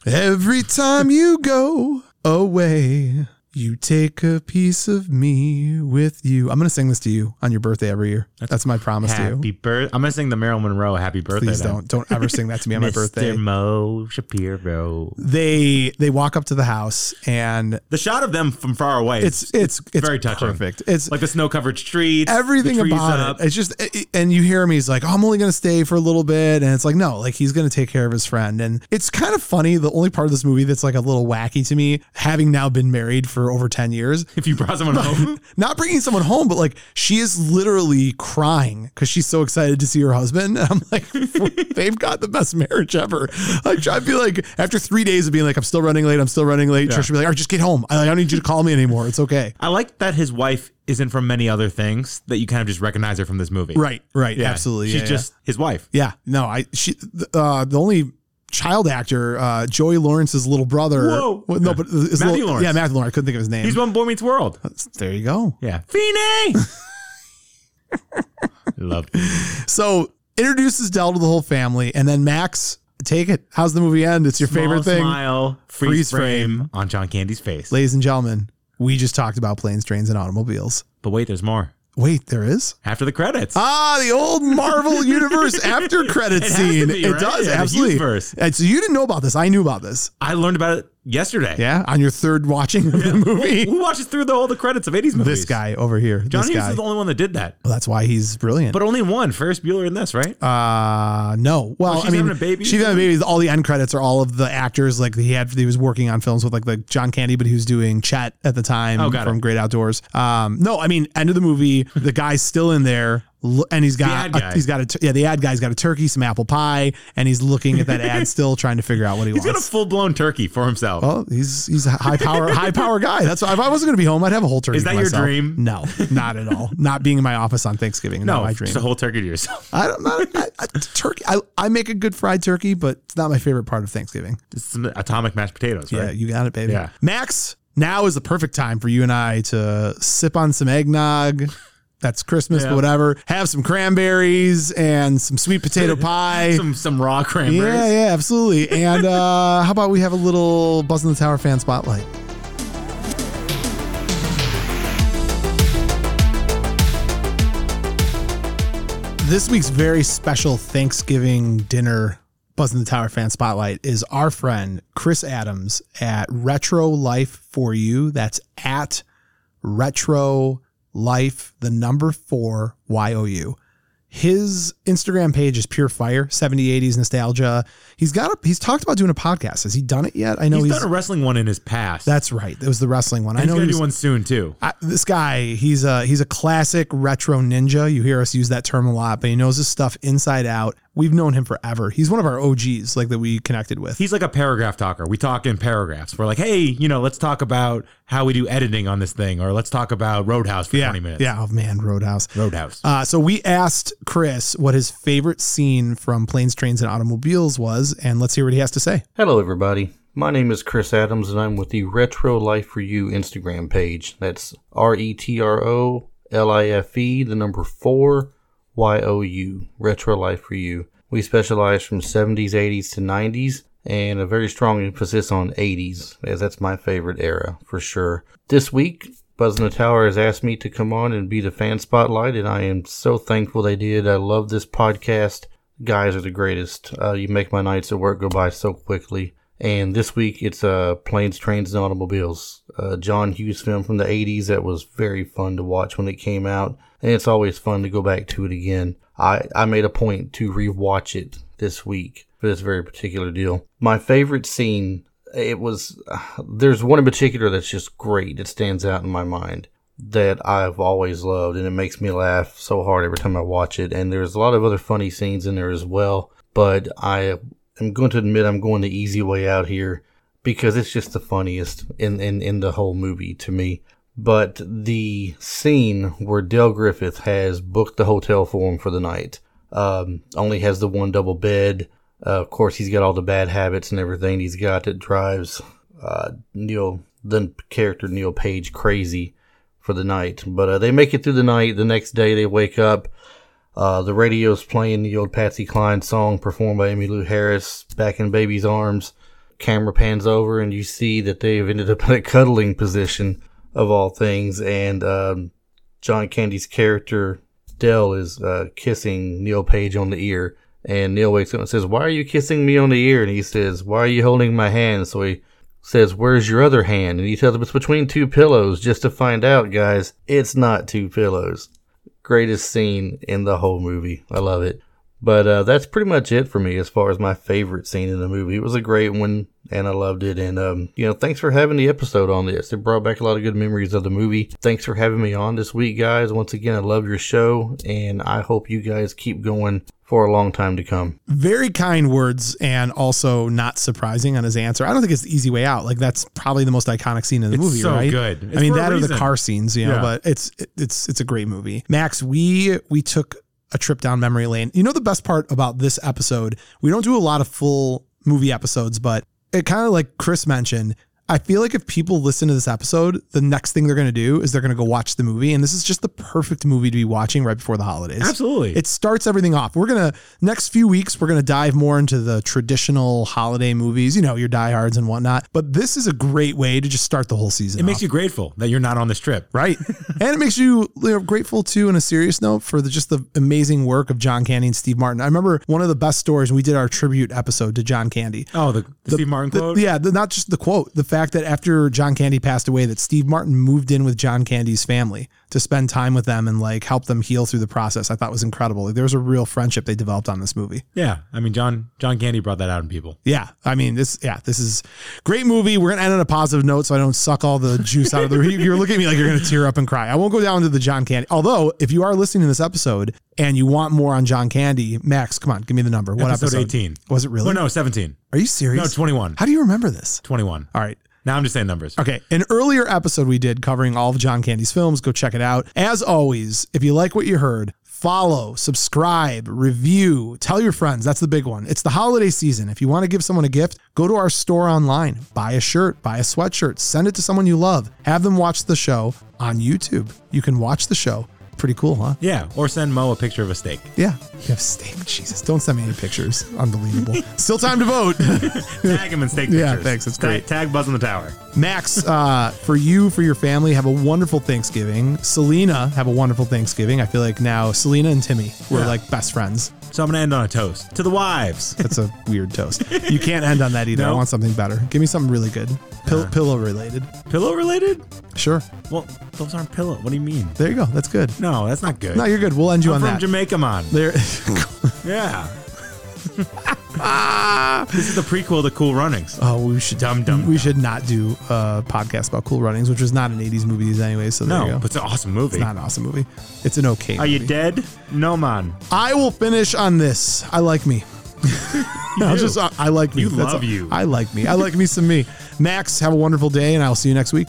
Speaker 2: Every time you go away, you take a piece of me with you. I'm going to sing this to you on your birthday every year. That's, my promise to you.
Speaker 3: Happy birthday. I'm gonna sing the Marilyn Monroe Happy Birthday.
Speaker 2: Please
Speaker 3: then.
Speaker 2: don't don't ever sing that to me on my
Speaker 3: Mr.
Speaker 2: birthday.
Speaker 3: Mo Shapiro.
Speaker 2: They they walk up to the house and
Speaker 3: The shot of them from far away.
Speaker 2: it's it's it's,
Speaker 3: very touching.
Speaker 2: perfect. It's
Speaker 3: like the snow-covered streets.
Speaker 2: everything
Speaker 3: the trees
Speaker 2: about
Speaker 3: up.
Speaker 2: it. It's just it- it- and you hear him. He's like, oh, I'm only gonna stay for a little bit, and it's like, no, like he's gonna take care of his friend. And it's kind of funny. The only part of this movie that's like a little wacky to me, having now been married for over ten years,
Speaker 3: If you brought someone home,
Speaker 2: not bringing someone home, but like she is literally crying because she's so excited to see her husband. And I'm like, they've got the best marriage ever. Like, I'd be like, after three days of being like, I'm still running late, I'm still running late. Trisha would be like, all right, just get home. I, I don't need you to call me anymore. It's okay.
Speaker 3: I like that his wife isn't from many other things that you kind of just recognize her from this movie.
Speaker 2: Right, right,
Speaker 3: Yeah.
Speaker 2: absolutely.
Speaker 3: She's
Speaker 2: yeah,
Speaker 3: just his wife.
Speaker 2: yeah. Yeah. no, I she th- uh, the only. Child actor, uh, Joey Lawrence's little brother.
Speaker 3: Whoa.
Speaker 2: Well, no, but his
Speaker 3: Matthew
Speaker 2: little,
Speaker 3: Lawrence.
Speaker 2: Yeah, Matthew Lawrence. I couldn't think of his name.
Speaker 3: He's one Boy Meets World.
Speaker 2: there you go.
Speaker 3: Yeah. Feeney! Love.
Speaker 2: So introduces Dell to the whole family, and then Max, take it. How's the movie end? It's your
Speaker 3: Small
Speaker 2: favorite thing.
Speaker 3: Smile,
Speaker 2: Freeze
Speaker 3: freeze, frame,
Speaker 2: frame.
Speaker 3: on John Candy's face.
Speaker 2: Ladies and gentlemen, we just talked about planes, trains, and automobiles.
Speaker 3: But wait, there's more.
Speaker 2: Wait, there is?
Speaker 3: After the credits.
Speaker 2: Ah, the old Marvel Universe after credit
Speaker 3: It has to
Speaker 2: scene.
Speaker 3: be,
Speaker 2: it
Speaker 3: right?
Speaker 2: does,
Speaker 3: Yeah, the
Speaker 2: absolutely.
Speaker 3: Universe.
Speaker 2: And so you didn't know about this. I knew about this.
Speaker 3: I learned about it yesterday.
Speaker 2: Yeah, on your third watching of the movie.
Speaker 3: Who watches through the, all the credits of 80s movies?
Speaker 2: This guy over here.
Speaker 3: John
Speaker 2: this
Speaker 3: Hughes
Speaker 2: guy.
Speaker 3: is the only one that did that.
Speaker 2: well, that's why he's brilliant.
Speaker 3: But only one, Ferris Bueller in this, right?
Speaker 2: Uh no. Well,
Speaker 3: Oh, she's
Speaker 2: I mean,
Speaker 3: having a baby?
Speaker 2: she's having a baby. All the end credits are all of the actors like he had. He was working on films with like the John Candy, but he was doing Chet at the time
Speaker 3: Oh, got
Speaker 2: from
Speaker 3: it.
Speaker 2: Great Outdoors. Um, no, I mean, end of the movie, the guy's still in there, lo- and he's got
Speaker 3: ad
Speaker 2: a-
Speaker 3: guy.
Speaker 2: he's got a tur- yeah, the ad guy's got a turkey, some apple pie, and he's looking at that ad still, trying to figure out what he
Speaker 3: He's got a
Speaker 2: wants.
Speaker 3: full blown turkey for himself.
Speaker 2: well, he's he's a high power high power guy. That's why if I wasn't going to be home, I'd have a whole turkey.
Speaker 3: Is that
Speaker 2: to
Speaker 3: your
Speaker 2: myself.
Speaker 3: dream?
Speaker 2: No, not at all. Not being in my office on Thanksgiving. No,
Speaker 3: no,
Speaker 2: not my dream.
Speaker 3: just a whole turkey to yourself.
Speaker 2: I don't know. I, I, turkey. I, I make a good fried turkey, but it's not my favorite part of Thanksgiving.
Speaker 3: Just some atomic mashed potatoes,
Speaker 2: Yeah,
Speaker 3: right?
Speaker 2: you got it, baby.
Speaker 3: Yeah.
Speaker 2: Max, now is the perfect time for you and I to sip on some eggnog. That's Christmas,
Speaker 3: Yeah.
Speaker 2: but whatever. Have some cranberries and some sweet potato pie.
Speaker 3: Some some raw cranberries.
Speaker 2: yeah, yeah, absolutely. And uh, how about we have a little Buzz in the Tower fan spotlight? This week's very special Thanksgiving dinner Buzz in the Tower fan spotlight is our friend Chris Adams at Retro Life for You. That's at Retro Life, the number four Y O U. His Instagram page is pure fire, 70s, 80s nostalgia. He's got a, he's talked about doing a podcast. Has he done it yet? I know
Speaker 3: He's
Speaker 2: he's,
Speaker 3: done a wrestling one in his past.
Speaker 2: that's right. It was the wrestling one.
Speaker 3: And
Speaker 2: I
Speaker 3: he's
Speaker 2: know
Speaker 3: gonna
Speaker 2: he was-
Speaker 3: do one soon too.
Speaker 2: I, this guy, he's a he's a classic retro ninja. You hear us use that term a lot, but he knows his stuff inside out. We've known him forever. He's one of our OGs, like that we connected with.
Speaker 3: He's like a paragraph talker. We talk in paragraphs. We're like, hey, you know, let's talk about how we do editing on this thing, or let's talk about Roadhouse for
Speaker 2: yeah,
Speaker 3: 20 minutes.
Speaker 2: yeah. Oh man, Roadhouse.
Speaker 3: Roadhouse.
Speaker 2: Uh, so we asked Chris what his favorite scene from Planes, Trains, and Automobiles was, and let's hear what he has to say.
Speaker 10: Hello, everybody. My name is Chris Adams, and I'm with the Retro Life for You Instagram page. That's R E T R O L I F E, the number four Y O U, Retro Life for You. We specialize from 70s, 80s to 90s, and a very strong emphasis on 80s, as that's my favorite era for sure. This week, Buzz in the Tower has asked me to come on and be the fan spotlight, and I am so thankful they did. I love this podcast guys are the greatest. Uh, you make my nights at work go by so quickly. And this week it's uh, Planes, Trains, and Automobiles, a John Hughes film from the 80s that was very fun to watch when it came out. And it's always fun to go back to it again. I, I made a point to rewatch it this week for this very particular deal. My favorite scene, it was, uh, there's one in particular that's just great. It stands out in my mind that I've always loved, and it makes me laugh so hard every time I watch it. And there's a lot of other funny scenes in there as well, but I am going to admit I'm going the easy way out here because it's just the funniest in, in, in the whole movie to me. But the scene where Dale Griffith has booked the hotel for him for the night, um, only has the one double bed. Uh, of course, he's got all the bad habits and everything he's got that drives uh, Neil, the character Neil Page, crazy for the night. But uh, they make it through the night. The next day, they wake up. Uh, the radio's playing the old Patsy Cline song performed by Emmylou Harris back in Baby's Arms. Camera pans over, and you see that they've ended up in a cuddling position of all things. And um, John Candy's character, Dell, is uh, kissing Neil Page on the ear. And Neil wakes up and says, Why are you kissing me on the ear? And he says, Why are you holding my hand? So he says, Where's your other hand? And he tells him it's between two pillows just to find out, guys, it's not two pillows. Greatest scene in the whole movie. I love it. But uh, that's pretty much it for me as far as my favorite scene in the movie. It was a great one, and I loved it. And, um, you know, thanks for having the episode on this. It brought back a lot of good memories of the movie. Thanks for having me on this week, guys. Once again, I love your show, and I hope you guys keep going for a long time to come.
Speaker 2: Very kind words and also not surprising on his answer. I don't think it's the easy way out. Like that's probably the most iconic scene in the
Speaker 3: It's
Speaker 2: movie,
Speaker 3: so
Speaker 2: right?
Speaker 3: good. It's
Speaker 2: I mean
Speaker 3: for a
Speaker 2: that or the
Speaker 3: reason.
Speaker 2: car scenes, you know,
Speaker 3: Yeah.
Speaker 2: but it's it's it's a great movie. Max, we we took a trip down memory lane. You know the best part about this episode, we don't do a lot of full movie episodes, but it kind of like Chris mentioned, I feel like if people listen to this episode, the next thing they're going to do is they're going to go watch the movie and this is just the perfect movie to be watching right before the holidays.
Speaker 3: Absolutely.
Speaker 2: It starts everything off. We're gonna next few weeks we're gonna dive more into the traditional holiday movies, you know, your diehards and whatnot. But this is a great way to just start the whole season.
Speaker 3: It makes you grateful that you're not on this trip.
Speaker 2: right, and it makes you, you know, grateful too. In a serious note, for the, just the amazing work of John Candy and Steve Martin. I remember one of the best stories. We did our tribute episode to John Candy.
Speaker 3: Oh, the, the, Steve Martin
Speaker 2: The-
Speaker 3: quote?
Speaker 2: yeah, the, not just the quote, the fact that after John Candy passed away, that Steve Martin moved in with John Candy's family to spend time with them and like help them heal through the process. I thought was incredible. Like, there was a real friendship they developed on this movie.
Speaker 3: Yeah. I mean, John John Candy brought that out in people.
Speaker 2: Yeah, I mean this. Yeah, this is great movie. We're gonna end on a positive note, so I don't suck all the juice out of the. You're looking at me like you're gonna tear up and cry. I won't go down to the John Candy. Although, if you are listening to this episode and you want more on John Candy, Max, come on, give me the number. What
Speaker 3: episode,
Speaker 2: episode?
Speaker 3: 18.
Speaker 2: Was it really?
Speaker 3: Oh, no, 17.
Speaker 2: Are you serious?
Speaker 3: No, 21.
Speaker 2: How do you remember this?
Speaker 3: 21.
Speaker 2: All right.
Speaker 3: Now I'm just saying numbers.
Speaker 2: Okay, an earlier episode we did covering all of John Candy's films. Go check it out. As always, if you like what you heard, follow, subscribe, review, tell your friends. That's the big one. It's the holiday season. If you want to give someone a gift, go to our store online, buy a shirt, buy a sweatshirt, send it to someone you love, have them watch the show on YouTube. You can watch the show. Pretty cool, huh?
Speaker 3: Yeah. Or send Mo a picture of a steak.
Speaker 2: Yeah. You have steak. Jesus. Don't send me any pictures. Unbelievable. Still time to vote.
Speaker 3: Tag him in steak pictures.
Speaker 2: Yeah, thanks, it's
Speaker 3: Tag-
Speaker 2: great.
Speaker 3: Tag Buzz on the Tower.
Speaker 2: Max, uh, for you, for your family, have a wonderful Thanksgiving. Selena, have a wonderful Thanksgiving. I feel like now Selena and Timmy were
Speaker 3: Yeah.
Speaker 2: like best friends.
Speaker 3: So I'm going to end on a toast to the wives.
Speaker 2: That's a weird toast. You can't end on that either. I
Speaker 3: No.
Speaker 2: want something better. Give me something really good. Pill- Pillow related.
Speaker 3: pillow related?
Speaker 2: Sure.
Speaker 3: Well, those aren't pillow. What do you mean?
Speaker 2: There you go. That's good.
Speaker 3: No, that's not good.
Speaker 2: No, you're good. We'll end you
Speaker 3: I'm
Speaker 2: on
Speaker 3: from
Speaker 2: that.
Speaker 3: Jamaica, man.
Speaker 2: there.
Speaker 3: Yeah. this is the prequel to Cool Runnings.
Speaker 2: oh, we should
Speaker 3: Dum, dum,
Speaker 2: We
Speaker 3: dum.
Speaker 2: should not do a podcast about Cool Runnings, which was not an '80s movie anyway. So there you
Speaker 3: No,
Speaker 2: go.
Speaker 3: but it's an awesome movie.
Speaker 2: it's not an awesome movie. It's an okay.
Speaker 3: Are
Speaker 2: movie.
Speaker 3: you dead? No, man.
Speaker 2: I will finish on this. I like me. I'll
Speaker 3: do.
Speaker 2: just I, I like me.
Speaker 3: You
Speaker 2: That's
Speaker 3: love
Speaker 2: all.
Speaker 3: you.
Speaker 2: I like me. I like me some me. Max, have a wonderful day, and I'll see you next week.